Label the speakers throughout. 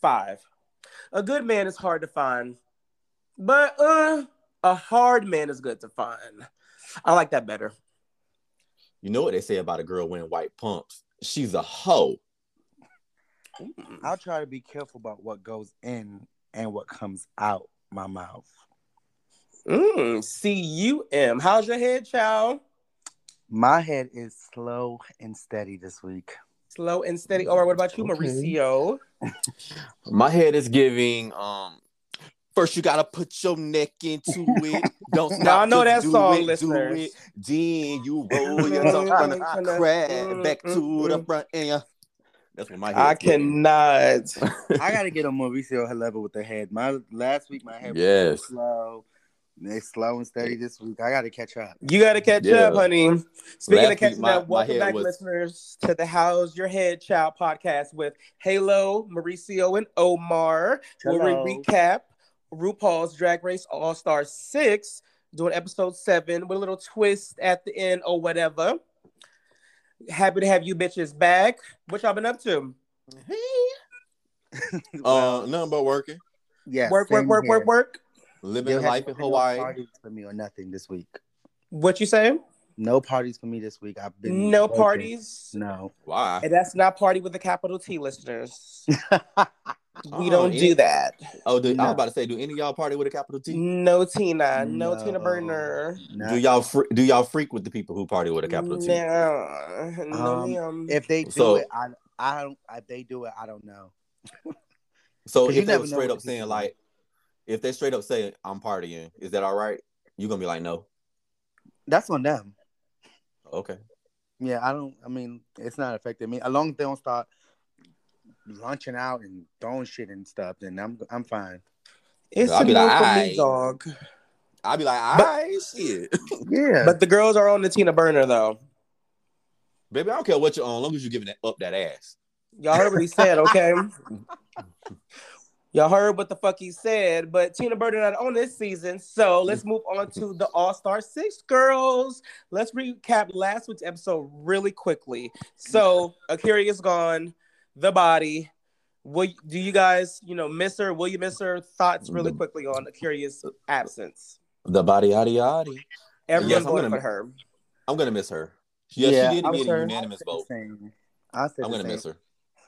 Speaker 1: Five. A good man is hard to find, but uh, a hard man is good to find. I like that better.
Speaker 2: You know what they say about a girl wearing white pumps? She's a hoe.
Speaker 3: I'll try to be careful about what goes in and what comes out my mouth.
Speaker 1: Mm, C U M. How's your head, child?
Speaker 3: My head is slow and steady this week.
Speaker 1: Slow and steady. All right, what about you,
Speaker 2: Okay.
Speaker 1: Mauricio?
Speaker 2: My head is giving. Um, first you gotta put your neck into it. Don't stop.
Speaker 1: Y'all know
Speaker 2: just
Speaker 1: that
Speaker 2: do
Speaker 1: song,
Speaker 2: it, do
Speaker 1: listeners.
Speaker 2: it. Then you roll your tongue from the crab back to the front and your- That's what my head.
Speaker 1: I cannot.
Speaker 3: I gotta get on Mauricio level with the head. My last week, my head
Speaker 2: Yes.
Speaker 3: was slow. It's slow and steady this week. I gotta catch up.
Speaker 1: You gotta catch
Speaker 2: Yeah.
Speaker 1: up, honey. Speaking
Speaker 2: Last
Speaker 1: of catching
Speaker 2: week, my-
Speaker 1: up,
Speaker 2: my
Speaker 1: welcome
Speaker 2: head
Speaker 1: back,
Speaker 2: was-
Speaker 1: listeners, to the How's Your Head Child podcast with Halo, Mauricio, and Omar, where
Speaker 3: Hello.
Speaker 1: we recap RuPaul's Drag Race All Star Six, doing episode seven with a little twist at the end or whatever. Happy to have you bitches back. What y'all been up to?
Speaker 2: Uh, nothing but working,
Speaker 3: yeah,
Speaker 1: work, work,
Speaker 3: same
Speaker 1: work, work,
Speaker 3: here.
Speaker 1: work.
Speaker 2: living
Speaker 3: There has
Speaker 2: life in
Speaker 3: been no
Speaker 2: Hawaii.
Speaker 3: parties for me or nothing this week.
Speaker 1: What you saying?
Speaker 3: No parties for me this week. I've been
Speaker 1: No
Speaker 3: working.
Speaker 1: parties.
Speaker 3: No.
Speaker 2: Why?
Speaker 1: And that's not party with a capital T, listeners. we
Speaker 2: Oh,
Speaker 1: don't
Speaker 2: yeah.
Speaker 1: do that.
Speaker 2: Oh, do, I
Speaker 3: No.
Speaker 2: was about to say, do any of y'all party with a capital T?
Speaker 1: No Tina, no, Tina
Speaker 3: No.
Speaker 1: Burner.
Speaker 3: No.
Speaker 2: Do y'all fre- do y'all freak with the people who party with a capital T?
Speaker 1: No, no,
Speaker 3: Um,
Speaker 1: ma'am.
Speaker 3: If they do
Speaker 2: So-
Speaker 3: it, I I don't. If they do it, I don't know.
Speaker 2: So
Speaker 3: 'Cause
Speaker 2: if
Speaker 3: you
Speaker 2: they
Speaker 3: never
Speaker 2: were straight
Speaker 3: know what
Speaker 2: up
Speaker 3: the people
Speaker 2: saying
Speaker 3: do.
Speaker 2: like, if they straight up say I'm partying, is that all right? You gonna be like, no,
Speaker 3: That's on them.
Speaker 2: okay.
Speaker 3: Yeah, I don't. I mean, it's not affecting me. As long as they don't start launching out and throwing shit and stuff, then I'm I'm fine.
Speaker 1: it's
Speaker 2: I'll
Speaker 1: a
Speaker 2: be
Speaker 1: no
Speaker 2: like,
Speaker 1: for me,
Speaker 2: "Aight."
Speaker 1: dog.
Speaker 2: I'd be like,
Speaker 1: But-
Speaker 2: all right, shit,
Speaker 3: Yeah,
Speaker 1: But the girls are on the Tina Burner though.
Speaker 2: baby. I don't care what you're on, as long as you giving that up that ass.
Speaker 1: Y'all heard what he said, okay? Y'all heard what the fuck he said, but Tina Burner not on this season, so let's move on to the All Star Six girls. Let's recap last week's episode really quickly. So Akira is gone, the body. Will do you guys, you know, miss her? Will you miss her? Thoughts really
Speaker 2: The-
Speaker 1: quickly on Akira's absence.
Speaker 2: The body, yaddy, yaddy.
Speaker 1: Everyone
Speaker 2: Uh, Yes, I'm
Speaker 1: voted
Speaker 2: gonna-
Speaker 1: for her.
Speaker 2: I'm gonna miss her. Yes,
Speaker 3: Yeah,
Speaker 2: she did
Speaker 1: I'm
Speaker 2: get
Speaker 1: sure.
Speaker 2: a unanimous vote.
Speaker 3: I said
Speaker 2: I'm
Speaker 3: the
Speaker 2: gonna
Speaker 3: same.
Speaker 2: miss her.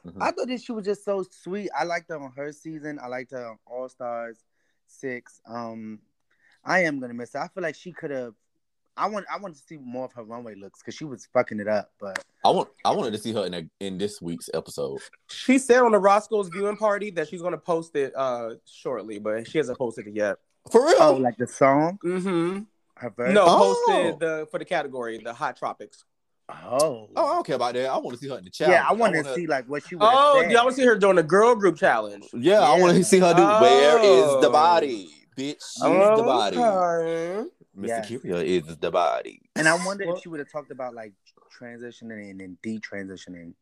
Speaker 2: Mhm.
Speaker 3: I thought that she was just so sweet. I liked her on her season. I liked her on All Stars Six. Um, I am gonna miss her. I feel like she could have. I want. I want to see more of her runway looks because she was fucking it up. But
Speaker 2: I want. I wanted to see her in a, in this week's episode.
Speaker 1: She said on the Roscoe's viewing party that she's gonna post it uh shortly, but she hasn't posted it yet.
Speaker 2: For real.
Speaker 3: oh, like the song,
Speaker 1: Mm-hmm.
Speaker 3: her verse.
Speaker 1: No,
Speaker 2: Oh.
Speaker 1: posted the for the category, the hot tropics.
Speaker 3: Oh.
Speaker 2: Oh, I don't care about that. I want to see her in the chat.
Speaker 3: yeah. I want to
Speaker 2: wanna-
Speaker 3: see like what she.
Speaker 1: Oh,
Speaker 3: said.
Speaker 1: y'all want to see her doing the girl group challenge?
Speaker 2: Yeah, I want
Speaker 3: Yeah. Oh.
Speaker 2: to see her do.
Speaker 1: Oh.
Speaker 2: Where is the body, bitch? She's the body.
Speaker 1: Okay.
Speaker 2: Mr.
Speaker 3: Yes.
Speaker 2: Curio is the body.
Speaker 3: And I wonder if
Speaker 1: Well-
Speaker 3: she would have talked about like transitioning and then detransitioning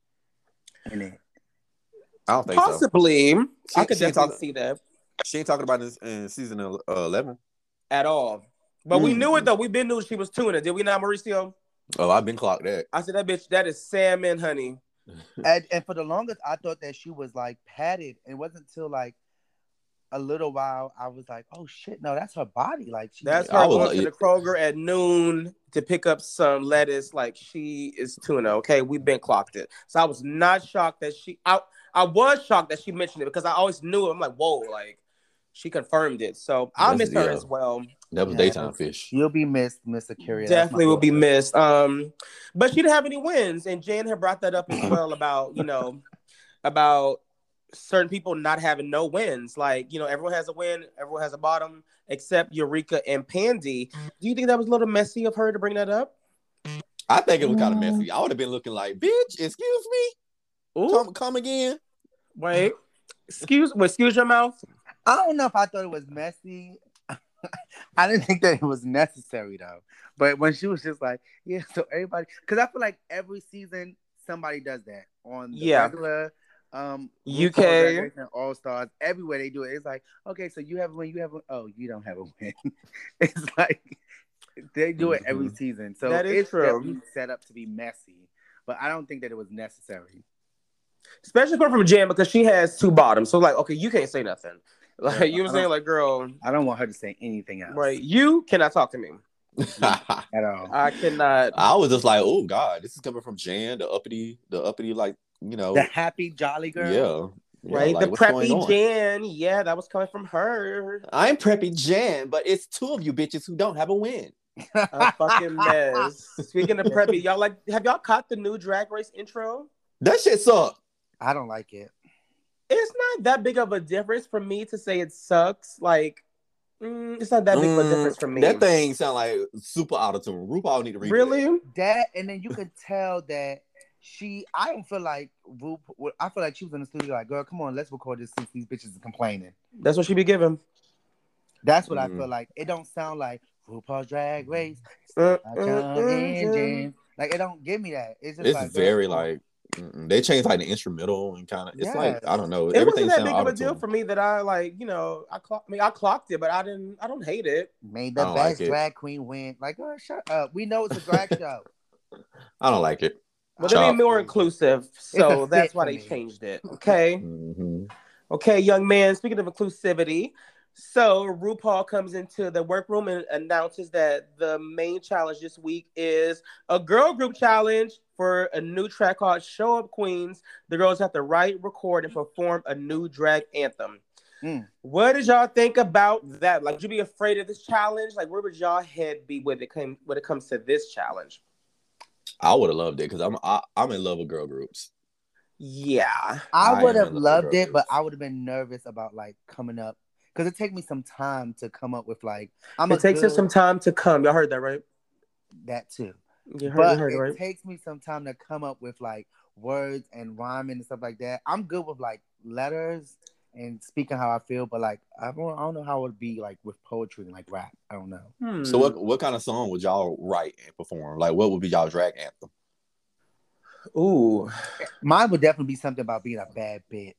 Speaker 3: in it.
Speaker 2: I don't think so.
Speaker 1: Possibly. I
Speaker 2: She-
Speaker 1: could
Speaker 2: she
Speaker 1: definitely
Speaker 2: talk-
Speaker 1: see that
Speaker 2: She ain't talking about this in season el- uh, eleven.
Speaker 1: at all. But we
Speaker 2: Mm.
Speaker 1: knew it though. We've been knew she was tuning. Did we not, Mauricio?
Speaker 2: Oh, I've been clocked that.
Speaker 1: I said that bitch. That is salmon, honey.
Speaker 3: And, and for the longest, I thought that she was like padded. It wasn't until like a little while I was like, oh shit, no, that's her body. Like she,
Speaker 1: That's
Speaker 2: I
Speaker 1: her
Speaker 2: was
Speaker 1: going
Speaker 2: like-
Speaker 1: to the Kroger at noon to pick up some lettuce. Like she is tuna. Okay, we've been clocked it. So I was not shocked that she. I I was shocked that she mentioned it because I always knew it. I'm like, whoa, like she confirmed it. So I'll
Speaker 2: That's-
Speaker 1: miss her
Speaker 2: yeah.
Speaker 1: as well.
Speaker 2: That was
Speaker 3: Yeah.
Speaker 2: daytime fish.
Speaker 3: you'll be missed, Miss Akira. That's
Speaker 1: Definitely
Speaker 3: my
Speaker 1: will be
Speaker 3: daughter.
Speaker 1: missed. Um, but she didn't have any wins, and Jan had brought that up as well about you know about certain people not having no wins. Like you know, everyone has a win, everyone has a bottom, except Eureka and Pandy. Do you think that was a little messy of her to bring that up?
Speaker 2: I think it was kind of messy. I would have been looking like, bitch, excuse me,
Speaker 1: Mm-hmm. Ooh,
Speaker 2: come, come again.
Speaker 1: wait. Excuse, well, excuse your mouth.
Speaker 3: I don't know if I thought it was messy. I didn't think that it was necessary though. But when she was just like, yeah, so everybody, because I feel like every season somebody does that on the
Speaker 1: Yeah.
Speaker 3: regular. Um,
Speaker 1: UK.
Speaker 3: All Stars everywhere they do it. It's like okay, so you have a win, you have a, oh you don't have a win. it's like They do it every season, so
Speaker 1: Mm-hmm. That is
Speaker 3: it's
Speaker 1: true.
Speaker 3: definitely set up to be messy. But I don't think that it was necessary.
Speaker 1: Especially coming from Jam because she has two bottoms. So like, okay, you can't say nothing. Like you know what I'm saying? Like, girl,
Speaker 3: I don't want her to say anything else
Speaker 1: right, you cannot talk to me.
Speaker 2: I
Speaker 3: at all.
Speaker 1: I cannot
Speaker 2: was just like, oh God, this is coming from Jan, the uppity, the uppity, like you know,
Speaker 3: The happy jolly girl.
Speaker 2: yeah, yeah,
Speaker 1: right?
Speaker 2: like,
Speaker 1: the
Speaker 2: what's going
Speaker 1: preppy
Speaker 2: on?
Speaker 1: Jan, yeah, that was coming from her.
Speaker 2: I'm preppy Jan, but it's two of you bitches who don't have a win.
Speaker 1: A fucking mess. Speaking of preppy, y'all like have y'all caught the new drag race intro?
Speaker 2: That shit suck.
Speaker 3: I don't like it.
Speaker 1: It's not that big of a difference for me to say it sucks. Like, mm, it's not that big of a
Speaker 2: Mm,
Speaker 1: difference for me.
Speaker 2: That thing sound like super out of tune. RuPaul need to read
Speaker 1: really?
Speaker 3: That and then you could tell that she. I don't feel like Ru. I feel like she was in the studio like, girl, come on, let's record this since these bitches are complaining.
Speaker 1: That's what she be giving.
Speaker 3: That's what I
Speaker 1: Mm-hmm.
Speaker 2: Mhm.
Speaker 3: feel like. It don't sound like RuPaul's Drag Race.
Speaker 1: Uh,
Speaker 3: I
Speaker 1: uh,
Speaker 3: come
Speaker 1: uh,
Speaker 3: in,
Speaker 1: uh.
Speaker 3: then. Like it don't give me that. It's just
Speaker 2: It's
Speaker 3: like, girl,
Speaker 2: very
Speaker 3: come on.
Speaker 2: like mm-mm. they changed like the instrumental and kind of. It's
Speaker 3: Yes.
Speaker 2: like I don't know.
Speaker 1: It wasn't
Speaker 2: Everything
Speaker 1: that big
Speaker 2: sounds
Speaker 1: of
Speaker 2: out
Speaker 1: a
Speaker 2: of
Speaker 1: deal
Speaker 2: tune.
Speaker 1: for me that I like, you know, I clocked. I mean, I clocked it, but I didn't. I don't hate it.
Speaker 3: May
Speaker 2: I
Speaker 3: the
Speaker 2: don't
Speaker 3: best
Speaker 2: like it.
Speaker 3: drag queen win. Like, girl, shut up. We know it's a drag show.
Speaker 2: I don't like it.
Speaker 1: Well, they're
Speaker 2: Chop.
Speaker 1: being more inclusive, so
Speaker 3: a
Speaker 1: that's
Speaker 3: fit
Speaker 1: why
Speaker 3: for
Speaker 1: they
Speaker 3: me.
Speaker 1: changed it. Okay.
Speaker 2: Mhm.
Speaker 1: Okay, young man, speaking of inclusivity, so RuPaul comes into the workroom and announces that the main challenge this week is a girl group challenge for a new track called Show Up Queens. The girls have to write, record, and perform a new drag anthem.
Speaker 3: Mm.
Speaker 1: What did y'all think about that? Like, would you be afraid of this challenge? Like, where would y'all head be when it came when it comes to this challenge?
Speaker 2: I would have loved it because I'm I, I'm in love with girl groups.
Speaker 1: Yeah.
Speaker 2: I
Speaker 3: I would
Speaker 2: am
Speaker 3: have
Speaker 2: in love with
Speaker 3: loved
Speaker 2: girl
Speaker 3: it, but
Speaker 2: groups.
Speaker 3: I would have been nervous about like coming up because it take me some time to come up with like I'm
Speaker 1: it takes
Speaker 3: good,
Speaker 1: us some time to come. Y'all heard that, right?
Speaker 3: that too.
Speaker 1: You heard,
Speaker 3: but
Speaker 1: you heard
Speaker 3: it
Speaker 1: it, right?
Speaker 3: takes me some time to come up with like words and rhyming and stuff like that. I'm good with like letters and speaking how I feel, but like I don't, I don't know how it would be like with poetry and like rap. I don't know.
Speaker 1: Hmm.
Speaker 2: So what what kind of song would y'all write and perform? Like what would be y'all drag anthem?
Speaker 1: Ooh.
Speaker 3: Mine would definitely be something about being a bad bitch.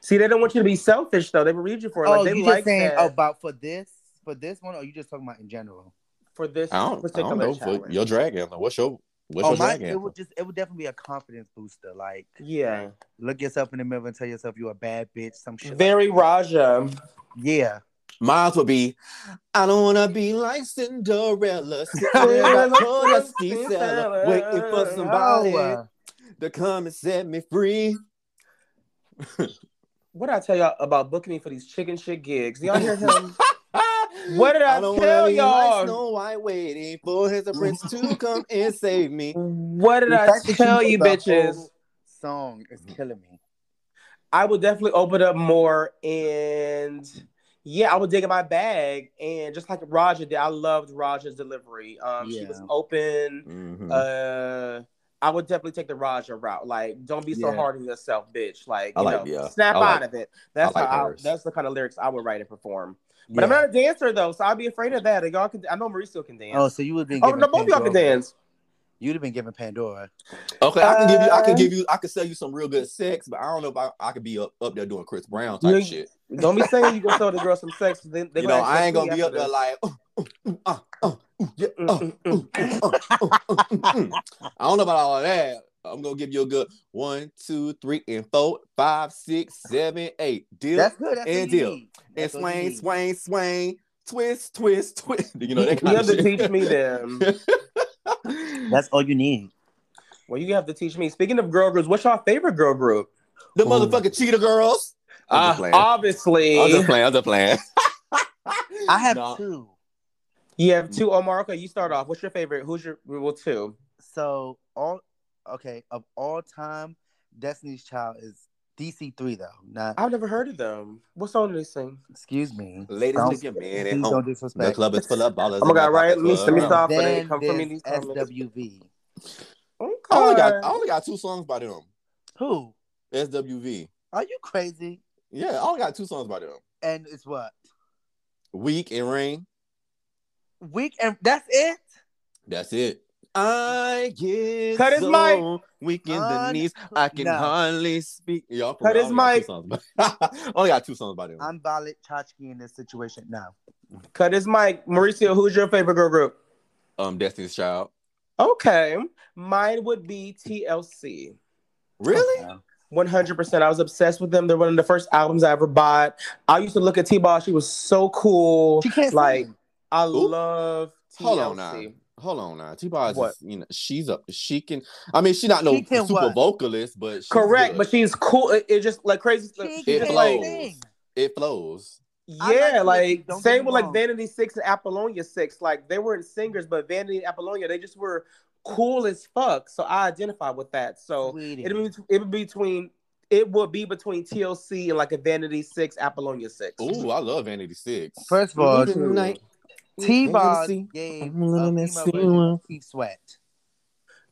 Speaker 1: See, they don't want you to be selfish though. They will read you for it. Like
Speaker 3: oh,
Speaker 1: they
Speaker 3: you
Speaker 1: like
Speaker 3: just saying
Speaker 1: that
Speaker 3: about for this for this one, or you just talking about in general?
Speaker 1: for this
Speaker 2: I don't, I
Speaker 1: particular
Speaker 2: don't know.
Speaker 1: challenge.
Speaker 2: For your drag anthem. What's your what's
Speaker 3: oh,
Speaker 2: your
Speaker 3: mine,
Speaker 2: drag
Speaker 3: it
Speaker 2: anthem?
Speaker 3: would just it would definitely be a confidence booster. Like
Speaker 1: Yeah,
Speaker 3: look yourself in the mirror and tell yourself you're a bad bitch. Some shit. like-
Speaker 1: very Raja.
Speaker 3: yeah.
Speaker 2: Mine would be I don't wanna be like Cinderella, Cinderella on a ski cellar, waiting for somebody
Speaker 3: Oh,
Speaker 2: to come and set me free.
Speaker 1: What did I tell y'all about booking me for these chicken shit gigs? Y'all hear him?
Speaker 2: what
Speaker 1: did I tell y'all?
Speaker 2: Like Snow White waiting for his prince to come and save me.
Speaker 1: what did
Speaker 3: The
Speaker 1: I
Speaker 3: fact that
Speaker 1: tell
Speaker 3: you
Speaker 1: you,
Speaker 3: know the
Speaker 1: bitches?
Speaker 3: whole song is killing me.
Speaker 1: I would definitely open up more and yeah, I would dig in my bag and just like Raja did, I loved Raja's delivery. Um, she
Speaker 3: Yeah.
Speaker 1: was open.
Speaker 2: Mhm.
Speaker 1: Uh, I would definitely take the Raja route. Like, don't be so
Speaker 3: Yeah.
Speaker 1: hard on yourself, bitch. Like,
Speaker 2: I
Speaker 1: you
Speaker 2: like-
Speaker 1: know,
Speaker 2: yeah.
Speaker 1: snap
Speaker 2: I like-
Speaker 1: out of it. That's
Speaker 2: I like
Speaker 1: how I,
Speaker 2: hers.
Speaker 1: that's the kind of lyrics I would write and perform. But I'm
Speaker 3: Yeah.
Speaker 1: not a dancer though, so I'd be afraid of that. And y'all can, I know Mauricio can dance.
Speaker 3: Oh, so you would have been.
Speaker 1: Oh,
Speaker 3: giving
Speaker 1: no, both of y'all can
Speaker 3: Pandora-
Speaker 1: dance.
Speaker 3: You'd have been giving Pandora.
Speaker 2: Okay, I can give you, I can
Speaker 1: Uh,
Speaker 2: give you, I can sell you some real good sex, but I don't know if I, I could be up, up there doing Chris Brown type
Speaker 1: You-
Speaker 2: shit.
Speaker 1: Don't be saying you gonna tell the girl some sex. Then they
Speaker 2: You know,
Speaker 1: ask for
Speaker 2: I ain't
Speaker 1: tea
Speaker 2: gonna be
Speaker 1: after
Speaker 2: up there
Speaker 1: this.
Speaker 2: like, "Ooh, ooh, ooh, ah, ah, ooh, yeah,
Speaker 1: Mm,
Speaker 2: ah,
Speaker 1: mm,
Speaker 2: ooh, ooh, ah, ooh, ooh, mm, mm." I don't know about all of that. I'm gonna give you a good one, two, three, and four, five, six, seven, eight. Deal
Speaker 3: That's good. That's
Speaker 2: and
Speaker 3: and
Speaker 2: deal and
Speaker 3: That's what you
Speaker 2: swing,
Speaker 3: need.
Speaker 2: swing, swing, twist, twist, twist. You know that
Speaker 1: You
Speaker 2: kind
Speaker 1: have
Speaker 2: of
Speaker 1: to
Speaker 2: shit.
Speaker 1: teach me them.
Speaker 3: That's all you need.
Speaker 1: Well, you have to teach me. Speaking of girl groups, what's your favorite girl group?
Speaker 2: the motherfucking cheetah girls. Ah, I'm
Speaker 1: Uh,
Speaker 2: just playing.
Speaker 1: obviously,
Speaker 2: I'm just playing. I'm just playing.
Speaker 3: I have
Speaker 2: No.
Speaker 3: two.
Speaker 1: you have two. Omarika, you start off. What's your favorite? Who's your well two?
Speaker 3: So all okay of all time, Destiny's Child is DC three though. Not
Speaker 1: I've never heard of them. What song do they sing?
Speaker 3: excuse me.
Speaker 2: Ladies,
Speaker 3: Don't-
Speaker 2: look at man at
Speaker 3: Please
Speaker 2: home.
Speaker 3: don't
Speaker 2: Oh, The
Speaker 3: disrespect.
Speaker 2: club is full of ballers.
Speaker 1: Oh my God,
Speaker 2: and motherfuckers
Speaker 1: right? Let me- let me
Speaker 2: club.
Speaker 1: stop. off, but they
Speaker 3: Then
Speaker 1: come from me
Speaker 3: there's
Speaker 1: these comments.
Speaker 3: SWV.
Speaker 1: Okay.
Speaker 2: I only got I only got two songs by them.
Speaker 3: Who?
Speaker 2: SWV.
Speaker 3: Are you crazy?
Speaker 2: Yeah, I only got two songs by them.
Speaker 3: And it's what?
Speaker 2: Weak and Rain.
Speaker 3: Week and that's it?
Speaker 2: That's it. I get
Speaker 1: Cut his
Speaker 2: so weak in the
Speaker 3: Un-
Speaker 2: knees. I can
Speaker 3: No.
Speaker 2: hardly speak. Y'all
Speaker 1: Cut his
Speaker 2: probably only got two songs by- only got two songs by them.
Speaker 3: I'm Violet Chachki in this situation. No.
Speaker 1: Cut his mic. Mauricio, who's your favorite girl group?
Speaker 2: Um, Destiny's Child.
Speaker 1: Okay. Mine would be TLC.
Speaker 2: Really?
Speaker 4: Okay.
Speaker 1: 100%. I was obsessed with them. They're one of the first albums I ever bought. I used to look at T Ball. She was so cool.
Speaker 4: She can't
Speaker 1: Like-
Speaker 4: sing.
Speaker 1: I
Speaker 2: Ooh.
Speaker 1: love TLC.
Speaker 2: Hold on now. Hold on now. T Boz
Speaker 1: What?
Speaker 2: is, you know, she's a she can I mean she's not no
Speaker 3: She can
Speaker 2: super
Speaker 3: what?
Speaker 2: vocalist, but she's
Speaker 1: Correct,
Speaker 2: good.
Speaker 1: but she's cool. It, it just like crazy. like,
Speaker 3: She
Speaker 1: she
Speaker 2: It
Speaker 3: can
Speaker 1: just like
Speaker 2: flows.
Speaker 3: sing.
Speaker 2: it flows.
Speaker 3: I like
Speaker 1: yeah,
Speaker 3: TLC,
Speaker 1: like,
Speaker 3: don't get
Speaker 1: same
Speaker 3: me
Speaker 1: with like
Speaker 3: wrong.
Speaker 1: Vanity Six and Apollonia Six. Like they weren't singers, but Vanity and Apollonia, they just were cool as fuck. So I identify with that. So
Speaker 3: Sweetie.
Speaker 1: it would be, it would be between it would be between TLC and like a Vanity Six, Apollonia Six.
Speaker 2: Ooh, I love Vanity Six.
Speaker 4: First of all,
Speaker 2: Tonight.
Speaker 3: T Boz
Speaker 2: Fantasy.
Speaker 3: gave
Speaker 2: I'm living
Speaker 3: a
Speaker 2: that
Speaker 3: female
Speaker 2: scene.
Speaker 3: version of Keith Sweat.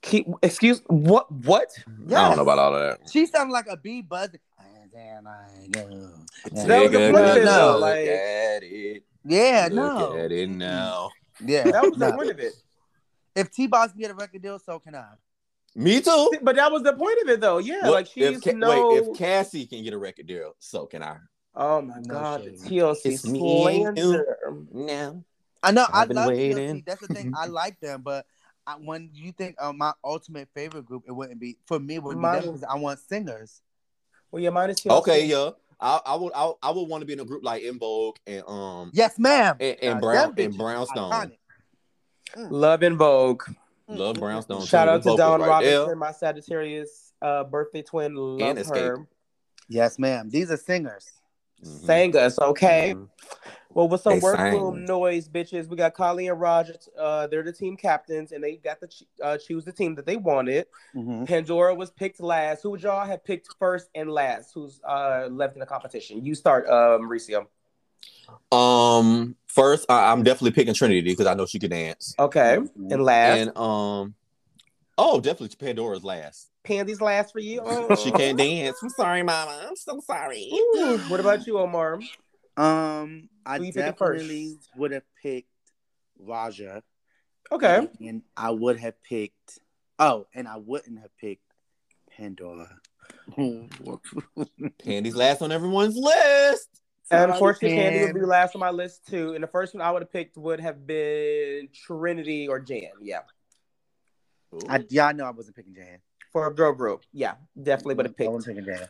Speaker 1: Keep excuse what what?
Speaker 2: I
Speaker 3: Yes.
Speaker 2: don't know about all that.
Speaker 3: She sounded like a bee buzzing. And then I go.
Speaker 1: was a
Speaker 2: Take a
Speaker 1: blunder,
Speaker 2: good
Speaker 1: though,
Speaker 2: look
Speaker 1: like-
Speaker 2: at it.
Speaker 3: Yeah,
Speaker 2: Look
Speaker 3: no.
Speaker 2: at it now.
Speaker 3: Yeah.
Speaker 1: That was the
Speaker 3: no.
Speaker 1: point of it.
Speaker 3: If T Boz can get a record deal, so can I.
Speaker 2: Me too.
Speaker 1: But that was the point of it though. Yeah,
Speaker 2: What-
Speaker 1: like she's
Speaker 2: if Ca-
Speaker 1: no
Speaker 2: wait, if Cassie can get a record deal, so can I.
Speaker 1: Oh my
Speaker 3: No
Speaker 1: god,
Speaker 3: shade.
Speaker 1: the TLC
Speaker 2: It's me and you.
Speaker 1: slander.
Speaker 2: Now
Speaker 3: I know i
Speaker 2: I've been
Speaker 3: love
Speaker 2: waiting.
Speaker 3: TLC. That's the thing. I like them, but I, when you think of my ultimate favorite group, it wouldn't be for me. It would be
Speaker 1: Mine-
Speaker 3: them because I want singers.
Speaker 1: Well, yeah, mine is TLC.
Speaker 2: Okay, yeah. I, I would I, I would want to be in a group like In Vogue and um
Speaker 3: Yes, ma'am.
Speaker 2: and,
Speaker 3: Now,
Speaker 2: and Brown
Speaker 3: them
Speaker 2: and
Speaker 3: bitches
Speaker 2: Brownstone.
Speaker 3: iconic.
Speaker 1: Love and Vogue.
Speaker 2: Love Brownstone.
Speaker 1: Mm. Shout
Speaker 2: too.
Speaker 1: out to
Speaker 2: Vocal
Speaker 1: Don
Speaker 2: right
Speaker 1: Robinson,
Speaker 2: there.
Speaker 1: my Sagittarius uh, birthday twin. Love
Speaker 2: And Escape.
Speaker 1: her.
Speaker 3: Yes, ma'am. These are singers.
Speaker 2: Mhm.
Speaker 1: Sang us, okay.
Speaker 2: Mhm.
Speaker 1: Well, with some
Speaker 2: They
Speaker 1: workroom
Speaker 2: sang.
Speaker 1: noise, bitches, we got Colleen and Roger. Uh, they're the team captains, and they got to ch- uh, choose the team that they wanted.
Speaker 4: Mhm.
Speaker 1: Pandora was picked last. Who would y'all have picked first and last? Who's uh, left in the competition? You start, uh, Mauricio.
Speaker 2: Um, first I, I'm definitely picking Trinity because I know she can dance.
Speaker 1: Okay,
Speaker 4: Mhm.
Speaker 1: and last.
Speaker 2: And um, oh, definitely Pandora's last.
Speaker 1: Panties last for you.
Speaker 2: she
Speaker 1: Oh.
Speaker 2: can't dance. I'm sorry, Mama. I'm so sorry.
Speaker 1: Ooh, what about you, Omar?
Speaker 4: Um, I
Speaker 1: Who you picking first?
Speaker 4: definitely would have picked Raja.
Speaker 1: Okay.
Speaker 4: And I would have picked. Oh, and I wouldn't have picked Pandora.
Speaker 2: Candy's last on everyone's list.
Speaker 1: And unfortunately, Candy would
Speaker 4: Sorry,
Speaker 1: be
Speaker 4: Jan.
Speaker 1: last on my list too. And the first one I would have picked would have been Trinity or Jan. Yeah.
Speaker 4: I, yeah, I know I wasn't picking Jan.
Speaker 1: For a girl group. Yeah. Definitely
Speaker 3: Mm,
Speaker 1: would have
Speaker 4: I
Speaker 1: picked.
Speaker 4: wasn't picking Jan.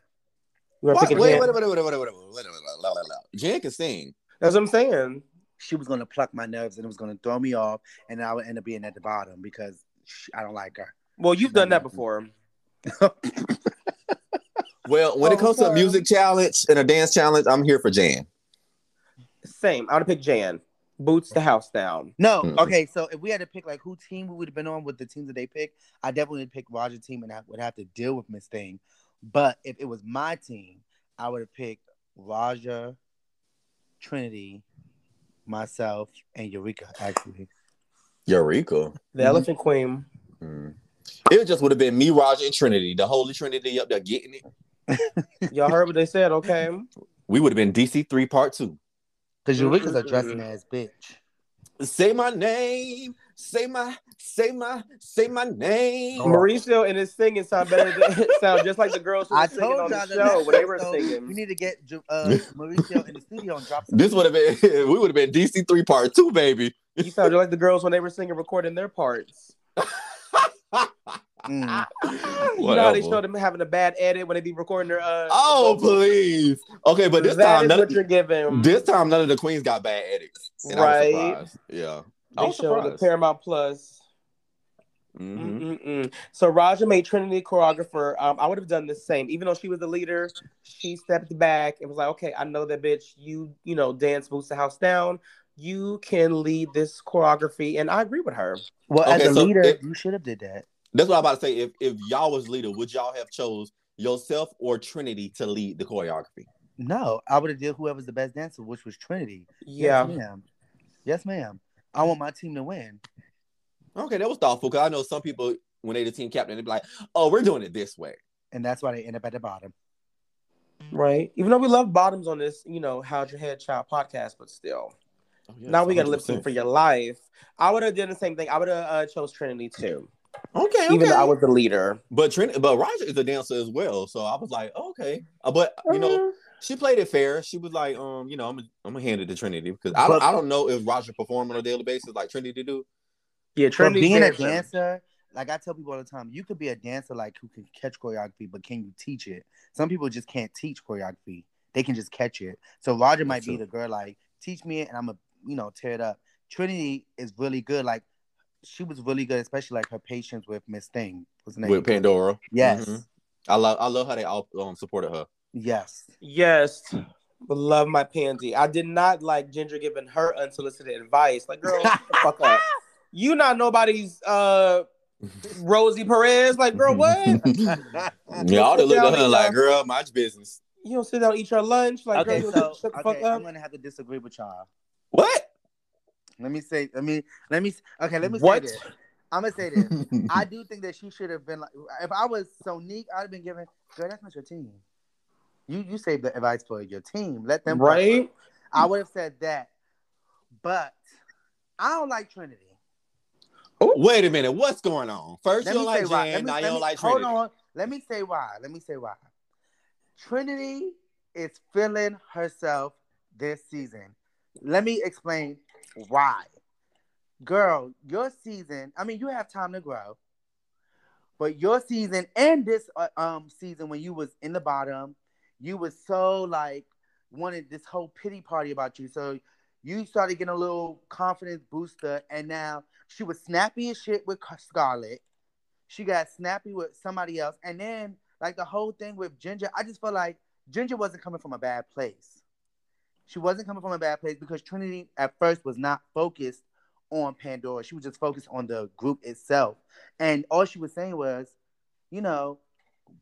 Speaker 1: We were
Speaker 2: What?
Speaker 1: picking
Speaker 2: Wait,
Speaker 1: Jan.
Speaker 2: wait, wait, wait, wait, wait, wait, wait, wait, wait, wait, wait, wait. Jan can sing.
Speaker 1: That's what I'm saying.
Speaker 4: She was gonna pluck my nerves and it was gonna throw me off, and I would end up being at the bottom because sh I don't like her.
Speaker 1: Well, you've done that before.
Speaker 2: Well, when
Speaker 1: Oh,
Speaker 2: it comes to a
Speaker 1: sorry.
Speaker 2: music challenge and a dance challenge, I'm here for Jan.
Speaker 1: Same. I would have picked Jan. Boots the house down.
Speaker 3: No,
Speaker 2: Mm.
Speaker 3: okay. So if we had to pick like who team we would have been on with the teams that they picked, I definitely would pick Roger team and I would have to deal with Miss Thing. But if it was my team, I would have picked Roger, Trinity, myself, and Eureka. Actually,
Speaker 2: Eureka.
Speaker 1: The
Speaker 3: Mhm.
Speaker 1: elephant queen.
Speaker 2: Mm. It just would have been me, Roger, and Trinity, the Holy Trinity up there getting it.
Speaker 1: Y'all heard what they said, okay?
Speaker 2: We would have been DC three part two.
Speaker 3: because
Speaker 1: Mm,
Speaker 3: Eureka's a
Speaker 1: mm,
Speaker 3: dressing
Speaker 1: mm.
Speaker 3: ass bitch.
Speaker 2: Say my name. Say my. Say my. Say my name.
Speaker 1: Mauricio and his singing sound better than sound just like the girls who were
Speaker 3: I
Speaker 1: singing on
Speaker 3: told
Speaker 1: the
Speaker 3: y'all
Speaker 1: show when they were
Speaker 3: so
Speaker 1: singing.
Speaker 3: We need to get Ju- uh, Mauricio in the studio and drop. Some
Speaker 2: This would have been. We would have been DC three part two, baby.
Speaker 1: You sounded like the girls when they were singing, recording their parts. You
Speaker 3: Mm.
Speaker 1: know how they
Speaker 2: Whatever.
Speaker 1: show them having a bad edit when they be recording their. Uh,
Speaker 2: Oh please. Okay, but this
Speaker 1: That
Speaker 2: time
Speaker 1: is
Speaker 2: none
Speaker 1: what
Speaker 2: of,
Speaker 1: you're giving.
Speaker 2: this time none of the queens got bad edits. And I
Speaker 1: Right.
Speaker 2: was surprised. Yeah. I
Speaker 1: they
Speaker 2: was
Speaker 1: showed the
Speaker 2: surprised.
Speaker 1: Paramount Plus. Mm-hmm.
Speaker 2: Mhm.
Speaker 1: Mm-mm-mm. So Raja made Trinity choreographer. Um, I would have done the same, even though she was the leader. She stepped back and was like, "Okay, I know that bitch. You, you know, dance boots the house down. You can lead this choreography." And I agree with her.
Speaker 3: Well,
Speaker 2: Okay,
Speaker 3: as a
Speaker 2: so
Speaker 3: leader,
Speaker 2: it-
Speaker 3: you should have did that.
Speaker 2: That's what I'm about to say. If if y'all was leader, would y'all have chose yourself or Trinity to lead the choreography?
Speaker 3: No, I would have did whoever's the best dancer, which was Trinity.
Speaker 1: Yeah,
Speaker 3: Yes, ma'am. Yes, ma'am. I want my team to win.
Speaker 2: Okay, that was thoughtful because I know some people when they the team captain, they be like, "Oh, we're doing it this way."
Speaker 3: And that's why they end up at the bottom.
Speaker 1: right. Even though we love bottoms on this, you know, how's your head child podcast, but still. now we got to lip sync for your life. I would have done the same thing. I would have uh, chose Trinity too,
Speaker 2: Okay,
Speaker 1: even
Speaker 2: okay.
Speaker 1: though I was the leader.
Speaker 2: but Trinity, but Roger is a dancer as well, so I was like, okay. Uh, But you know,
Speaker 3: Mm-hmm.
Speaker 2: She played it fair. She was like, um, you know, I'm, I'm gonna hand it to Trinity because I don't, I don't know if Roger performed on a daily basis like Trinity do.
Speaker 1: Yeah,
Speaker 3: But
Speaker 1: Trinity
Speaker 3: being a
Speaker 1: Fair-
Speaker 3: dancer, like I tell people all the time, you could be a dancer like who can catch choreography, but can you teach it? Some people just can't teach choreography; they can just catch it. So Roger
Speaker 2: That's
Speaker 3: might
Speaker 2: true.
Speaker 3: be the girl like, teach me it, and I'm a you know tear it up. Trinity is really good. Like she was really good, especially like her patience with Miss Thing. What's her name?
Speaker 2: with Pandora.
Speaker 3: yes,
Speaker 2: Mhm. I love I love how they all um, supported her.
Speaker 3: yes.
Speaker 1: Yes. Love my pansy. I did not like Ginger giving her unsolicited advice. Like, girl, shut the fuck up. You not nobody's uh Rosie Perez. Like, girl, what? You
Speaker 2: Yeah, all they looked at her
Speaker 1: Down,
Speaker 3: uh,
Speaker 2: like,
Speaker 1: down.
Speaker 2: girl, mind your business.
Speaker 1: don't sit down, and eat your lunch. Like,
Speaker 3: Okay,
Speaker 1: girl, you
Speaker 3: so
Speaker 1: don't shut the
Speaker 3: okay,
Speaker 1: fuck up.
Speaker 3: I'm gonna have to disagree with y'all.
Speaker 2: What?
Speaker 3: Let me say. Let me. Let me. Okay. Let me
Speaker 1: What?
Speaker 3: say this. I'm gonna say this. I do think that she should have been like, if I was Sonique, I'd have been given, girl, that's not your team. You you saved the advice for your team. Let them
Speaker 1: Right?
Speaker 3: I would have said that, but I don't like Trinity.
Speaker 2: Wait a minute, what's going on? First
Speaker 3: Let
Speaker 2: you
Speaker 3: me
Speaker 2: don't like
Speaker 3: say why. Let
Speaker 2: Jan,
Speaker 3: me-
Speaker 2: now you
Speaker 3: let
Speaker 2: don't
Speaker 3: me-
Speaker 2: like
Speaker 3: hold
Speaker 2: Trinity.
Speaker 3: on. Let me say why. Let me say why. Trinity is feeling herself this season. Let me explain why. Girl, your season, I mean, you have time to grow. But your season and this uh, um season when you was in the bottom, you was so like wanted this whole pity party about you. So you started getting a little confidence booster, and now she was snappy as shit with Car- Scarlett. She got snappy with somebody else, and then like the whole thing with Ginger, I just felt like Ginger wasn't coming from a bad place. She wasn't coming from a bad place because Trinity at first was not focused on Pandora. She was just focused on the group itself. And all she was saying was, you know,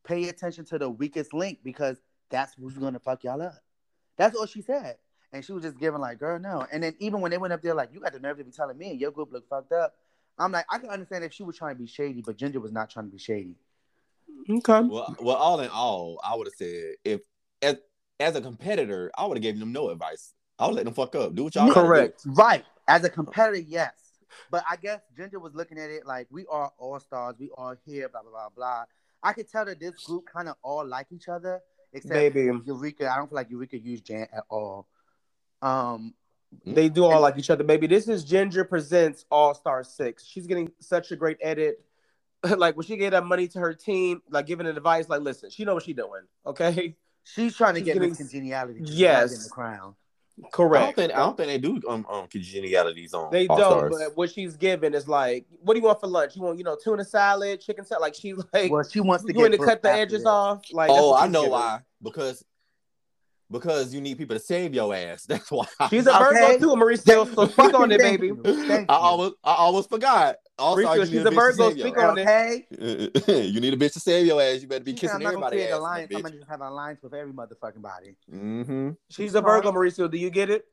Speaker 3: pay attention to the weakest link because that's who's gonna fuck y'all up. That's all she said. And she was just giving like, girl, no. And then even when they went up there, like, you got the nerve to be telling me and your group look fucked up. I'm like, I can understand if she was trying to be shady, but Ginger was not trying to be shady.
Speaker 1: Okay.
Speaker 2: Well, well, all in all, I would have said if as as a competitor, I would have given them no advice. I would let them fuck up. Do what y'all gotta do.
Speaker 1: Correct.
Speaker 3: Right. As a competitor, yes. But I guess Ginger was looking at it like we are all stars, we all here, blah blah blah blah. I could tell that this group kind of all like each other, except
Speaker 1: Baby,
Speaker 3: Eureka. I don't feel like Eureka used Jan at all. Um,
Speaker 1: they do all like each other, baby. This is Ginger Presents All Star Six. She's getting such a great edit. Like when she gave that money to her team, like giving advice, like listen, she know what she doing. Okay,
Speaker 3: she's trying to
Speaker 1: She's
Speaker 3: get
Speaker 1: getting-
Speaker 3: Miss Congeniality. She's not
Speaker 1: Yes.
Speaker 3: getting the crown.
Speaker 2: I don't
Speaker 1: correct.
Speaker 2: think I don't think they do um, um congenialities on
Speaker 1: They
Speaker 2: All
Speaker 1: don't,
Speaker 2: Stars.
Speaker 1: but what she's given is like, what do you want for lunch? You want, you know, tuna salad, chicken salad? Like she's like,
Speaker 3: Well, she wants to
Speaker 1: you want
Speaker 3: get
Speaker 1: to cut the
Speaker 3: after
Speaker 1: edges
Speaker 3: this.
Speaker 1: off? Like, that's
Speaker 2: oh,
Speaker 1: what
Speaker 2: I
Speaker 1: she's
Speaker 2: know
Speaker 1: giving.
Speaker 2: why. Because because you need people to save your ass. That's why.
Speaker 1: She's a
Speaker 3: Okay.
Speaker 1: Virgo too, Mauricio. So speak on it,
Speaker 3: Thank
Speaker 1: baby.
Speaker 3: you.
Speaker 2: I
Speaker 3: Thank you.
Speaker 2: almost I almost forgot. All
Speaker 1: Rico,
Speaker 2: Stars,
Speaker 1: she's
Speaker 2: you need
Speaker 1: a
Speaker 2: a bitch to
Speaker 1: Virgo,
Speaker 2: save your
Speaker 1: speak
Speaker 2: ass.
Speaker 1: on it.
Speaker 3: Okay.
Speaker 2: you need a bitch to save your ass. You better be
Speaker 3: She
Speaker 2: kissing
Speaker 3: said, I'm not gonna
Speaker 2: everybody.
Speaker 3: create
Speaker 2: ass,
Speaker 3: alliance. I'm
Speaker 2: bitch.
Speaker 3: gonna just have alliance with every motherfucking body.
Speaker 2: Mm-hmm.
Speaker 1: She's a Virgo, Mauricio. Do you get it?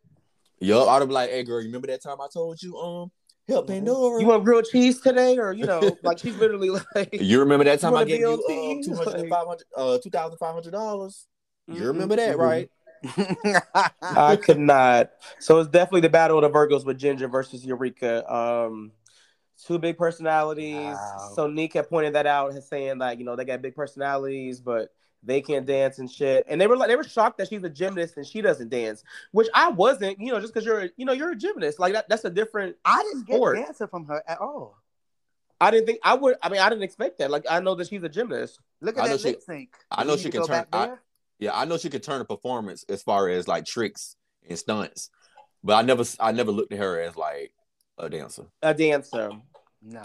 Speaker 2: Yup. I'd be like, hey girl, you remember that time I told you um help Pandora?
Speaker 1: Mm-hmm. You want grilled cheese today, or you know, like she's literally like,
Speaker 2: You remember that time I
Speaker 1: wanna
Speaker 2: gave
Speaker 1: be on
Speaker 2: you um
Speaker 1: teams?
Speaker 2: two hundred and five hundred uh two thousand five hundred dollars? You remember
Speaker 1: Mhm.
Speaker 2: that, right?
Speaker 1: I could not. So it's definitely the battle of the Virgos with Ginger versus Eureka. Um, two big personalities.
Speaker 3: Wow.
Speaker 1: So Nick had pointed that out, has saying like, you know, they got big personalities, but they can't dance and shit. And they were like, they were shocked that she's a gymnast and she doesn't dance, which I wasn't. You know, just because you're, a- you know, you're a gymnast, like that, that's a different
Speaker 3: I didn't get
Speaker 1: sport.
Speaker 3: an answer from her at all.
Speaker 1: I didn't think I would. I mean, I didn't expect that. Like, I know that she's a gymnast.
Speaker 3: Look
Speaker 2: I
Speaker 3: at
Speaker 2: know
Speaker 3: that
Speaker 2: she-
Speaker 3: lip sync.
Speaker 2: I
Speaker 3: Do
Speaker 2: know
Speaker 3: we
Speaker 2: she
Speaker 3: need to
Speaker 2: can
Speaker 3: go
Speaker 2: turn-
Speaker 3: back
Speaker 2: I-
Speaker 3: there?
Speaker 2: Yeah, I know she could turn a performance as far as like tricks and stunts, but I never I never looked at her as like a dancer.
Speaker 1: A dancer.
Speaker 3: No.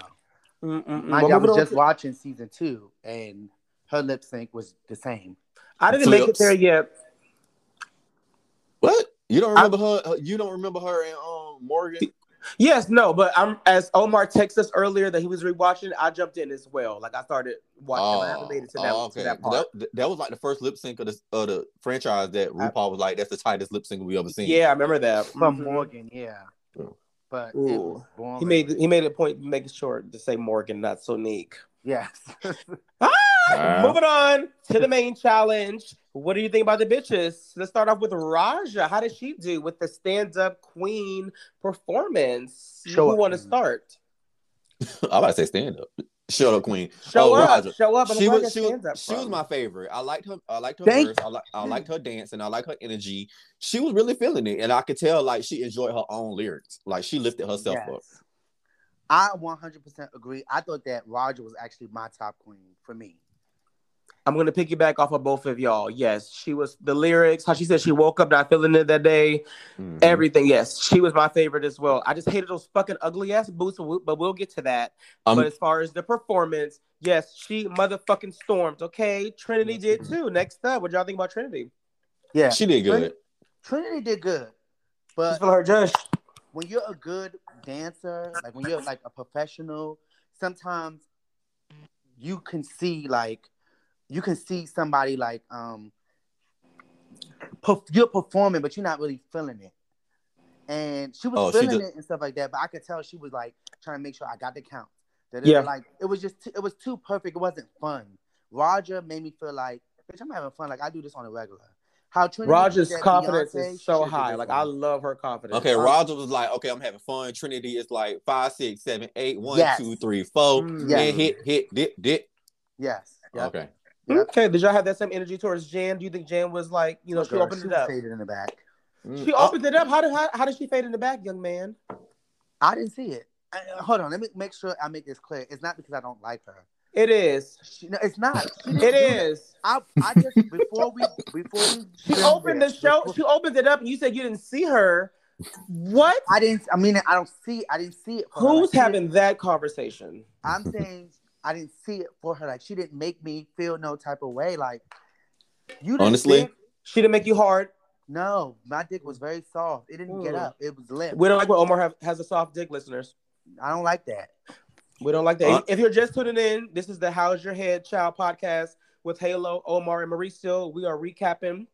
Speaker 1: Mm. Mm-mm-mm.
Speaker 3: Mind
Speaker 1: Well,
Speaker 3: you, I
Speaker 1: moving
Speaker 3: was
Speaker 1: on
Speaker 3: just
Speaker 1: to-
Speaker 3: watching season two, and her lip sync was the same.
Speaker 1: I didn't make it
Speaker 2: Flips.
Speaker 1: there yet.
Speaker 2: What? You don't remember her? You don't remember her and um Morgan?
Speaker 1: Yes, no, but I'm as Omar texted us earlier that he was rewatching. I jumped in as well. Like I started watching. I haven't made it to that,
Speaker 2: oh,
Speaker 1: to that part.
Speaker 2: That, that was like the first lip sync of the of the franchise that RuPaul was like, "That's the tightest lip sync we ever seen."
Speaker 1: Yeah, I remember that.
Speaker 3: From
Speaker 1: Mhm.
Speaker 3: Morgan, yeah.
Speaker 2: Mm-hmm. Oh.
Speaker 3: But it was
Speaker 1: Ooh.
Speaker 3: boring.
Speaker 1: He made he made a point making sure to say Morgan, not Sonique.
Speaker 3: yes.
Speaker 2: Wow.
Speaker 1: Moving on to the main challenge. What do you think about the bitches? Let's start off with Raja. How did she do with the stand up queen performance?
Speaker 3: Show
Speaker 1: Who
Speaker 3: up.
Speaker 1: want to start?
Speaker 2: I about to say stand up. Shut up, Queen.
Speaker 1: Show
Speaker 2: Oh,
Speaker 1: up,
Speaker 2: Roger.
Speaker 1: show up. And
Speaker 2: She
Speaker 1: learn
Speaker 2: was she
Speaker 1: where your stands up
Speaker 2: was, she was
Speaker 1: from.
Speaker 2: my favorite. I liked her. I liked her
Speaker 3: Thank
Speaker 2: verse. I like I liked her dance and I liked her energy. She was really feeling it, and I could tell like she enjoyed her own lyrics. Like she lifted herself up.
Speaker 3: Yes. I 100% agree. I thought that Roger was actually my top queen for me.
Speaker 1: I'm gonna piggyback off of both of y'all. Yes, she was the lyrics. How she said she woke up not feeling it that day.
Speaker 2: Mhm.
Speaker 3: Mm-hmm.
Speaker 1: Everything. Yes, she was my favorite as well. I just hated those fucking ugly ass boots, but we- but we'll get to that.
Speaker 2: Um,
Speaker 1: but as far as the performance, yes, she motherfucking stormed. Okay, Trinity did too. Next up, what y'all think about Trinity?
Speaker 3: Yeah.
Speaker 2: she did good.
Speaker 3: Trinity did good.
Speaker 1: Just
Speaker 3: But
Speaker 1: for her judge.
Speaker 3: when you're a good dancer, like when you're like a professional, sometimes you can see like you can see somebody like um perf- you're performing but you're not really feeling it. And she was
Speaker 2: Oh, she
Speaker 3: feeling
Speaker 2: did-
Speaker 3: it and stuff like that, but I could tell she was like trying to make sure I got the count. That
Speaker 1: Yeah.
Speaker 3: yeah. like it was just t- it was too perfect. It wasn't fun. Roger made me feel like bitch, I'm having fun. Like I do this on a regular. How Trinity
Speaker 1: Roger's
Speaker 3: did that
Speaker 1: confidence
Speaker 3: Beyonce,
Speaker 1: is
Speaker 3: she
Speaker 1: so
Speaker 3: should do
Speaker 1: high.
Speaker 3: this
Speaker 1: Like
Speaker 3: on
Speaker 1: I
Speaker 3: her.
Speaker 1: love her confidence.
Speaker 2: Okay,
Speaker 1: Um,
Speaker 2: Roger was like, okay, I'm having fun. Trinity is like five, six, seven, eight, one,
Speaker 3: Yes.
Speaker 2: two, three, four.
Speaker 1: Mm.
Speaker 3: Yeah.
Speaker 2: Then hit, hit, dip, dip.
Speaker 3: Yes. Yep.
Speaker 2: Okay.
Speaker 1: Mm-hmm. Okay, did y'all have that same energy towards Jan? Do you think Jan was like, you know, she
Speaker 3: Girl,
Speaker 1: opened
Speaker 3: she
Speaker 1: it
Speaker 3: was
Speaker 1: up?
Speaker 3: Faded in the back.
Speaker 1: She
Speaker 2: Oh,
Speaker 1: opened it up. How did how, how did she fade in the back, young man?
Speaker 3: I didn't see it. I, uh, hold on, let me make sure I make this clear. It's not because I don't like her.
Speaker 1: It is.
Speaker 3: She, no, it's not. She didn't
Speaker 1: It
Speaker 3: do that.
Speaker 1: is.
Speaker 3: I, I just before we before we
Speaker 1: She
Speaker 3: filmed
Speaker 1: opened the
Speaker 3: this,
Speaker 1: show.
Speaker 3: before-
Speaker 1: She opened it up, and you said you didn't see her. What?
Speaker 3: I didn't. I mean, I don't see. I didn't see it. For her.
Speaker 1: Who's
Speaker 3: Like, she didn't-
Speaker 1: having that conversation?
Speaker 3: I'm saying I didn't see it for her. Like she didn't make me feel no type of way. Like you didn't
Speaker 2: Honestly?
Speaker 3: think-
Speaker 1: She didn't make you hard.
Speaker 3: no, my dick was very soft. It didn't get
Speaker 1: Mm.
Speaker 3: up. It was limp.
Speaker 1: We don't like when Omar have, has a soft dick, listeners.
Speaker 3: I don't like that.
Speaker 1: We don't like that.
Speaker 2: Huh?
Speaker 1: If you're just tuning in, this is the How's Your Head Child podcast with Halo, Omar, and Mauricio. We are recapping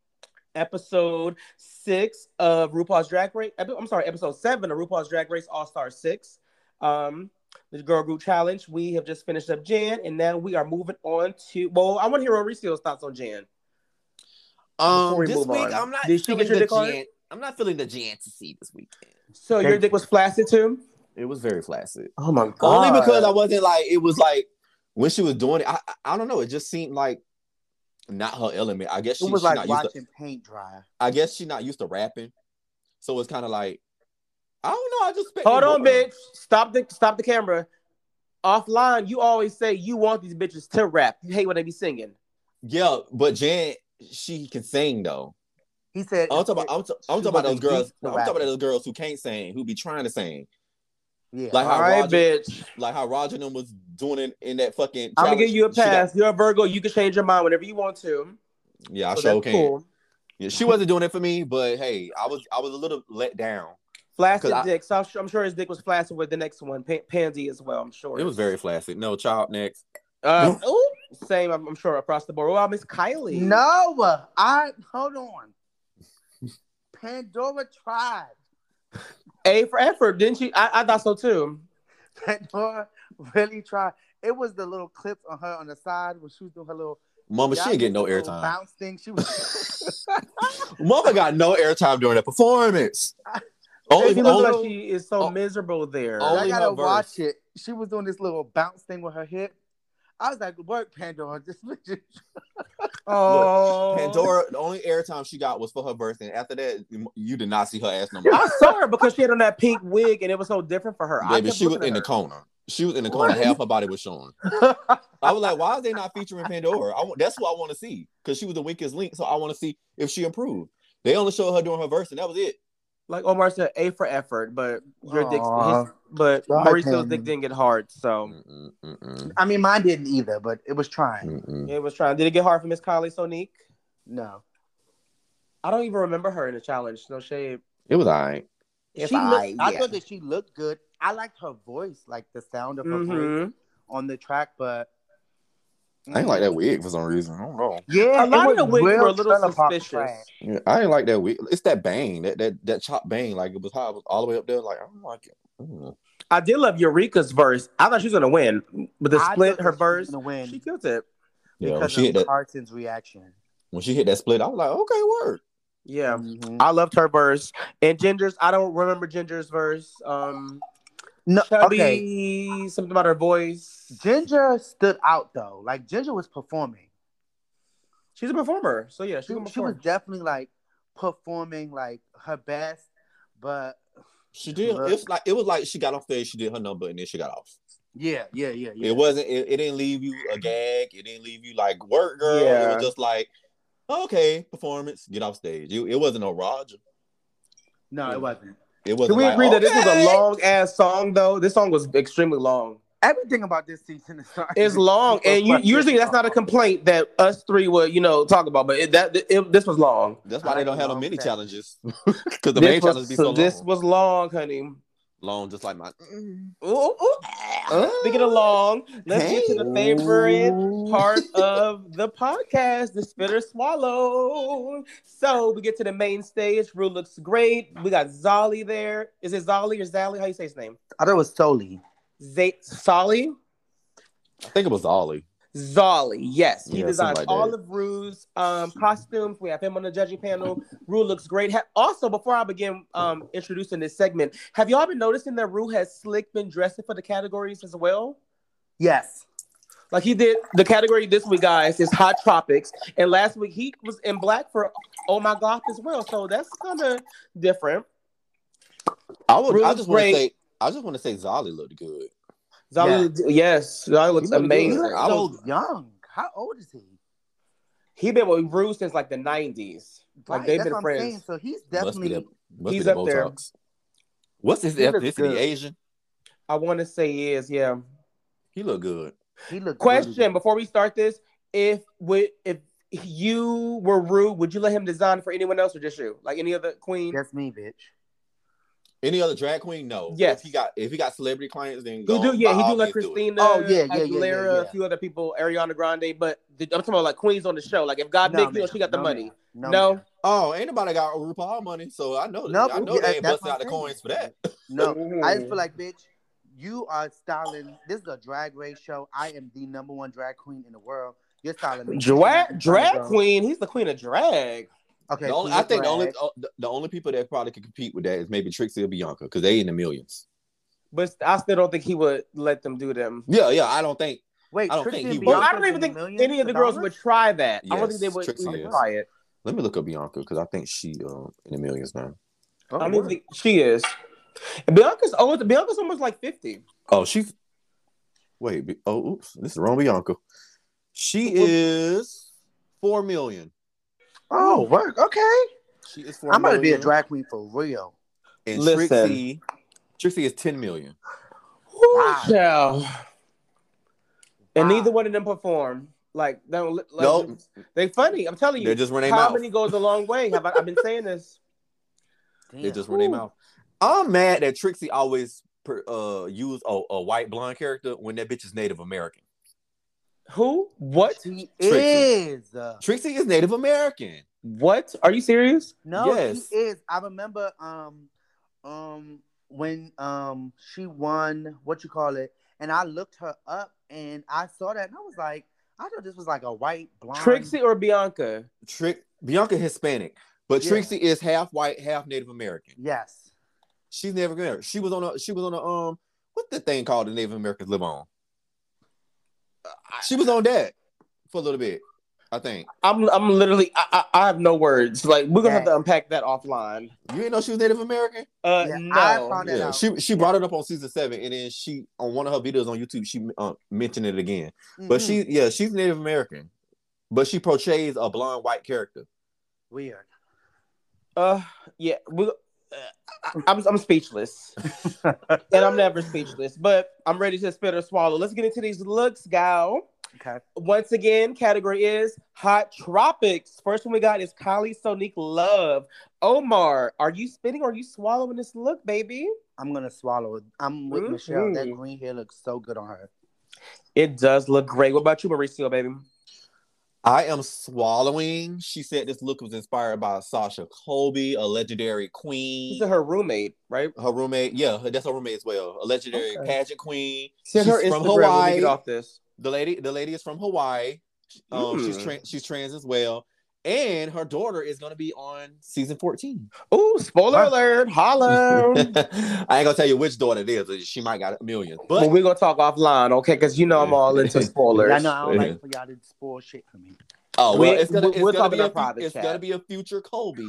Speaker 1: episode six of RuPaul's Drag Race. epi- I'm sorry, episode seven of RuPaul's Drag Race All Star Six. Um, the Girl Group Challenge. We have just finished up Jan, and now we are moving on to. Well, I want to hear Mauricio's thoughts on Jan. before
Speaker 2: um,
Speaker 1: we
Speaker 2: this
Speaker 1: move
Speaker 2: week
Speaker 1: on.
Speaker 2: I'm not
Speaker 1: Did she
Speaker 2: feeling
Speaker 1: get your
Speaker 2: the
Speaker 1: dick hard?
Speaker 2: Jan- I'm not feeling the Jancy this weekend.
Speaker 1: So your dick was flaccid too?
Speaker 2: It was very flaccid.
Speaker 1: Oh my god!
Speaker 2: Only because I wasn't like it was like when she was doing it. I I- I don't know. It just seemed like not her element. I guess she,
Speaker 3: It was
Speaker 2: she
Speaker 3: like
Speaker 2: not used to
Speaker 3: watching paint dry.
Speaker 2: I guess she's not used to rapping. So it's kind of like, I don't know. I just expected
Speaker 1: Hold
Speaker 2: more
Speaker 1: on,
Speaker 2: of her.
Speaker 1: bitch. Stop the stop the camera. Offline, you always say you want these bitches to rap. You hate when they be singing.
Speaker 2: Yeah, but Jan, she can sing though.
Speaker 3: He said,
Speaker 2: I'm talking about, I'm, ta- I'm
Speaker 3: She
Speaker 2: talking about those
Speaker 3: wasn't
Speaker 2: girls.
Speaker 3: used to
Speaker 2: I'm talking about
Speaker 3: rapping.
Speaker 2: those girls who can't sing, who be trying to sing,
Speaker 3: yeah.
Speaker 2: like how
Speaker 1: All right,
Speaker 2: Roger,
Speaker 1: bitch.
Speaker 2: like how Roger and them was doing it in that fucking.
Speaker 1: I'm gonna give
Speaker 2: challenge.
Speaker 1: you a
Speaker 2: She got-
Speaker 1: pass. You're a Virgo. You can change your mind whenever you want to.
Speaker 2: yeah, I
Speaker 1: So
Speaker 2: sure
Speaker 1: that's
Speaker 2: can.
Speaker 1: cool.
Speaker 2: Yeah, she wasn't doing it for me, but hey, I was, I was a little let down.
Speaker 1: Flaccid
Speaker 2: 'Cause I-
Speaker 1: dick. So I'm sure, I'm sure his dick was flaccid with the next one, pa- Pansy as well. I'm sure
Speaker 2: It was very flaccid. No child next.
Speaker 1: Uh, ooh, same. I'm, I'm sure across the board. Well, Miss Kylie.
Speaker 3: No, I hold on. Pandora tried.
Speaker 1: A for effort, didn't you? I, I thought so too.
Speaker 3: Pandora really tried. It was the little clips on her on the side when she was doing her little.
Speaker 2: Mama, Oh, she
Speaker 3: y'all
Speaker 2: ain't getting no
Speaker 3: know the little
Speaker 2: airtime.
Speaker 3: Bounce thing. She was.
Speaker 2: Mama got no airtime during that performance.
Speaker 1: She
Speaker 2: Only,
Speaker 1: looks
Speaker 2: only,
Speaker 1: like she is so
Speaker 2: oh,
Speaker 1: miserable there.
Speaker 2: only
Speaker 3: I gotta
Speaker 2: her verse.
Speaker 3: watch it. She was doing this little bounce thing with her hip. I was like, "Work, Pandora." This bitch.
Speaker 1: oh,
Speaker 2: Pandora, the only airtime she got was for her birthday. After that, you- you did not see her ass no more.
Speaker 1: I saw her because she had on that pink wig and it was so different for her. I
Speaker 2: Baby,
Speaker 1: kept
Speaker 2: she was
Speaker 1: looking
Speaker 2: in the
Speaker 1: at
Speaker 2: corner. She was in the corner. Half her body was showing.
Speaker 1: her.
Speaker 2: I was like, why is they not featuring Pandora? I want, that's what I want to see because she was the weakest link. So I want to see if she improved. They only showed her doing her verse, and that was it.
Speaker 1: like Omar said, A for effort, but your dick,
Speaker 3: Aw.
Speaker 1: his, but
Speaker 3: Sorry,
Speaker 1: Mauricio's
Speaker 3: Pam.
Speaker 1: dick didn't get hard, so
Speaker 2: Mm-mm, mm-mm,
Speaker 3: I mean, mine didn't either, but it was trying.
Speaker 2: mm-mm.
Speaker 1: it was trying. Did it get hard for Miss Kylie Sonique?
Speaker 3: No,
Speaker 1: I don't even remember her in the challenge. No shade.
Speaker 2: It was all right.
Speaker 1: If
Speaker 3: she looked,
Speaker 1: I,
Speaker 3: I
Speaker 1: yeah.
Speaker 3: thought that she looked good. I liked her voice, like the sound of her voice.
Speaker 1: Mhm.
Speaker 3: on the track, but
Speaker 2: I ain't like that wig for some reason. I don't know.
Speaker 3: Yeah,
Speaker 1: A lot of the wigs
Speaker 3: were
Speaker 1: were a little suspicious.
Speaker 2: Yeah, I didn't like that wig. It's that bang, that that that chop bang. Like it was high, it was all the way up there. Like I don't like it. Mm.
Speaker 1: I did love Eureka's verse. I thought she was gonna win, but the split, her verse,
Speaker 3: to win
Speaker 1: she killed it.
Speaker 2: Yeah, when
Speaker 3: because
Speaker 2: she hit
Speaker 3: of
Speaker 2: that
Speaker 3: Carson's reaction.
Speaker 2: when she hit that split, I was like, okay, word.
Speaker 1: Yeah.
Speaker 3: Mhm.
Speaker 1: I loved her verse. And Ginger's, I don't remember Ginger's verse. Um,
Speaker 3: No,
Speaker 1: Chubby,
Speaker 3: okay.
Speaker 1: something about her voice.
Speaker 3: Ginger stood out though. Like Ginger was performing.
Speaker 1: She's a performer, so yeah, she,
Speaker 3: She,
Speaker 1: can
Speaker 3: she was
Speaker 1: perform.
Speaker 3: definitely like performing like her best, but
Speaker 2: She did.
Speaker 3: Look.
Speaker 2: It's like it was like she got off stage, she did her number, and then she got off.
Speaker 3: yeah, yeah, yeah, yeah.
Speaker 2: It wasn't. It, it didn't leave you a gag. It didn't leave you like work, girl. It
Speaker 1: Yeah.
Speaker 2: was just like, okay, performance, get off stage. You, it wasn't no Roger.
Speaker 3: no, it wasn't.
Speaker 2: It wasn't.
Speaker 1: Can we
Speaker 2: like,
Speaker 1: agree that this was
Speaker 2: okay.
Speaker 1: a long ass song though? This song was extremely long.
Speaker 3: Everything about this season is not-
Speaker 1: It's long, and you,
Speaker 3: fucking
Speaker 1: usually that's not a
Speaker 3: long.
Speaker 1: complaint that us three would you know talk about, but it, that it, this was long.
Speaker 2: That's why
Speaker 3: I
Speaker 2: they
Speaker 3: like
Speaker 2: don't
Speaker 3: the
Speaker 2: have no
Speaker 3: long
Speaker 2: mini
Speaker 3: set.
Speaker 2: challenges because the
Speaker 1: this
Speaker 2: main
Speaker 1: was,
Speaker 2: challenge be so long.
Speaker 1: This was long, honey.
Speaker 2: long, just like my.
Speaker 1: Ooh, ooh, ooh. Speaking of long, let's get to the favorite part of the podcast, the spit or swallow. So we get to the main stage. Rue looks great. We got Zolly there. Is it Zolly or Zally? How you say his name?
Speaker 3: I thought it was solely.
Speaker 1: Z- Solly?
Speaker 2: I think it was Ollie.
Speaker 1: Zolly, yes. He
Speaker 2: Yeah,
Speaker 1: designed
Speaker 2: something like
Speaker 1: all
Speaker 2: that.
Speaker 1: of Rue's um, costumes. We have him on the judging panel. Rue looks great. Ha- also, before I begin um, introducing this segment, have y'all been noticing that Rue has slick been dressing for the categories as well?
Speaker 3: Yes.
Speaker 1: Like he did the category this week, guys, is Hot Tropics. And last week he was in black for Oh My Goth as well. So that's kind of different.
Speaker 2: I would.
Speaker 1: Really
Speaker 2: I just want to
Speaker 1: great.
Speaker 2: say. I just want to say Zolly looked good.
Speaker 1: Zali, yes, Zali looks
Speaker 2: He looked
Speaker 1: amazing.
Speaker 2: good. I
Speaker 3: I
Speaker 2: was-
Speaker 3: was young. How old is he?
Speaker 1: He been with Rue since like the 90s. Like
Speaker 3: Right,
Speaker 1: they've
Speaker 3: that's
Speaker 1: been
Speaker 3: what I'm
Speaker 1: friends.
Speaker 3: saying. So he's
Speaker 2: Must be
Speaker 3: definitely
Speaker 2: that. Must
Speaker 1: He's
Speaker 2: be that
Speaker 1: up there.
Speaker 2: Botox. What's his
Speaker 3: He looks
Speaker 2: ethnicity?
Speaker 3: good.
Speaker 2: Asian.
Speaker 1: I want to say he is, yeah.
Speaker 2: He looked good.
Speaker 3: he looked really
Speaker 1: Question
Speaker 3: good.
Speaker 1: before we start this, if would if you were Rue, would you let him design for anyone else or just you? Like any other queen?
Speaker 3: That's me, bitch.
Speaker 2: Any other drag queen? No.
Speaker 1: Yes.
Speaker 2: If he got if he got celebrity clients, then
Speaker 1: He
Speaker 2: go.
Speaker 1: do, yeah,
Speaker 2: by
Speaker 1: he do
Speaker 2: all
Speaker 1: like
Speaker 2: means do it.
Speaker 1: Christina,
Speaker 3: Oh, yeah, yeah, yeah, yeah,
Speaker 1: Aguilera, a
Speaker 3: yeah.
Speaker 1: few other people, Ariana Grande, but the, I'm talking about like queens on the show. Like if God picked you,
Speaker 3: ma'am.
Speaker 1: she got the
Speaker 3: No,
Speaker 1: money.
Speaker 3: ma'am.
Speaker 1: No,
Speaker 3: ma'am.
Speaker 2: Oh, ain't nobody got RuPaul money, so I know.
Speaker 3: Nope,
Speaker 2: I know
Speaker 3: yeah,
Speaker 2: they ain't
Speaker 3: that's
Speaker 2: busting
Speaker 3: what
Speaker 2: out the
Speaker 3: I'm saying.
Speaker 2: coins for that.
Speaker 3: No, I just feel like,
Speaker 2: Mm.
Speaker 3: bitch, you are styling. This is a drag race show. I am the number one drag queen in the world. You're styling me.
Speaker 1: drag drag
Speaker 3: Girl.
Speaker 1: queen. He's the queen of drag.
Speaker 3: Okay,
Speaker 2: The only,
Speaker 3: queen
Speaker 2: I
Speaker 3: of
Speaker 2: think the only
Speaker 3: drag.
Speaker 2: uh, the, the only people that probably could compete with that is maybe Trixie or Bianca because they in the millions.
Speaker 1: But I still don't think he would let them do them.
Speaker 2: Yeah, yeah. I don't think.
Speaker 3: Wait,
Speaker 2: I don't
Speaker 3: Trixie
Speaker 2: think
Speaker 3: and
Speaker 2: he
Speaker 1: Well,
Speaker 2: would.
Speaker 1: I
Speaker 3: Bianca's
Speaker 1: don't even
Speaker 3: in
Speaker 1: think
Speaker 3: millions
Speaker 1: any of the girls would
Speaker 3: dollars?
Speaker 1: try that. I don't think they
Speaker 2: Yes,
Speaker 1: would
Speaker 2: Trixie
Speaker 1: even
Speaker 2: is.
Speaker 1: try it.
Speaker 2: Let me look up Bianca because I think she uh, in the millions now.
Speaker 3: Oh,
Speaker 1: I don't even
Speaker 3: word.
Speaker 1: think she is. And Bianca's old. Bianca's almost like fifty.
Speaker 2: Oh, she's. Wait. Bi- Oh, oops. This is the wrong Bianca. She
Speaker 1: Well-
Speaker 2: is four million.
Speaker 3: Oh, work. Okay.
Speaker 2: She is four
Speaker 3: I'm about to be a
Speaker 2: million.
Speaker 3: drag queen for real.
Speaker 2: And
Speaker 1: Listen.
Speaker 2: Trixie, Trixie is ten million.
Speaker 1: Woo,
Speaker 3: Wow.
Speaker 1: child. And
Speaker 3: Wow.
Speaker 1: neither one of them perform. Like, they don't, like
Speaker 2: Nope.
Speaker 1: they funny. I'm telling you.
Speaker 2: They just run their
Speaker 1: How
Speaker 2: mouth.
Speaker 1: many goes a long way? Have I, I've been saying this.
Speaker 3: Damn.
Speaker 2: They just run their
Speaker 1: Ooh.
Speaker 2: mouth. I'm mad that Trixie always per, uh use a, a white blonde character when that bitch is Native American.
Speaker 1: Who? What?
Speaker 3: She
Speaker 2: Trixie.
Speaker 3: is. uh,
Speaker 2: Trixie is Native American.
Speaker 1: What? Are you serious?
Speaker 3: No,
Speaker 2: Yes.
Speaker 3: she is. I remember um um when um she won what you call it, and I looked her up and I saw that and I was like, I thought this was like a white blonde.
Speaker 1: Trixie or Bianca?
Speaker 2: Trick Bianca Hispanic, but
Speaker 3: Yeah.
Speaker 2: Trixie is half white, half Native American.
Speaker 3: Yes.
Speaker 2: She's Native American. She was on a she was on a um what's the thing called the Native Americans live on? She was on that for a little bit, I think.
Speaker 1: I'm I'm literally I, I, I have no words. Like we're gonna have to
Speaker 3: Yeah.
Speaker 1: unpack that offline.
Speaker 2: You didn't know she was Native American?
Speaker 1: Uh
Speaker 3: Yeah,
Speaker 1: no.
Speaker 3: I found it
Speaker 2: Yeah,
Speaker 3: out.
Speaker 2: she she brought it up on season seven, and then she on one of her videos on YouTube she uh, mentioned it again. But
Speaker 3: Mhm.
Speaker 2: she yeah she's Native American, but she portrays a blonde white character.
Speaker 3: weird.
Speaker 1: Uh yeah. We, uh, I, I'm I'm speechless, and I'm never speechless. But I'm ready to spit or swallow. Let's get into these looks, gal.
Speaker 3: Okay.
Speaker 1: Once again, category is Hot Tropics. First one we got is Kylie Sonique Love. Omar, are you spitting or are you swallowing this look, baby?
Speaker 3: I'm gonna swallow it. I'm with Michelle. That
Speaker 1: Mhm.
Speaker 3: green hair looks so good on her.
Speaker 1: It does look great. What about you, Mauricio, baby?
Speaker 2: I am swallowing. She said this look was inspired by Sasha Colby, a legendary queen.
Speaker 1: She's her roommate, right?
Speaker 2: her roommate, yeah, that's her roommate as well, a legendary
Speaker 1: Okay.
Speaker 2: pageant queen.
Speaker 1: Send her
Speaker 2: She's
Speaker 1: Instagram
Speaker 2: from
Speaker 1: when we
Speaker 2: Hawaii.
Speaker 1: get off this.
Speaker 2: The lady, the lady is from Hawaii. Um, she's
Speaker 1: Mm.
Speaker 2: trans, she's trans as well, and her daughter is going to be on season 14.
Speaker 1: Ooh, spoiler alert! Holler.
Speaker 2: I ain't gonna tell you which daughter it is. She might got a million,
Speaker 1: But
Speaker 2: but
Speaker 1: we're gonna talk offline, okay? Because you know I'm all into spoilers.
Speaker 3: I know I don't
Speaker 2: Yeah.
Speaker 3: like for y'all to spoil shit for me.
Speaker 2: oh well,
Speaker 1: we-
Speaker 2: it's gonna,
Speaker 1: we-
Speaker 2: it's
Speaker 1: we'll
Speaker 2: gonna
Speaker 1: talk
Speaker 2: be
Speaker 1: in
Speaker 2: a,
Speaker 1: our private
Speaker 2: it's
Speaker 1: chat.
Speaker 2: gonna be a future Kobe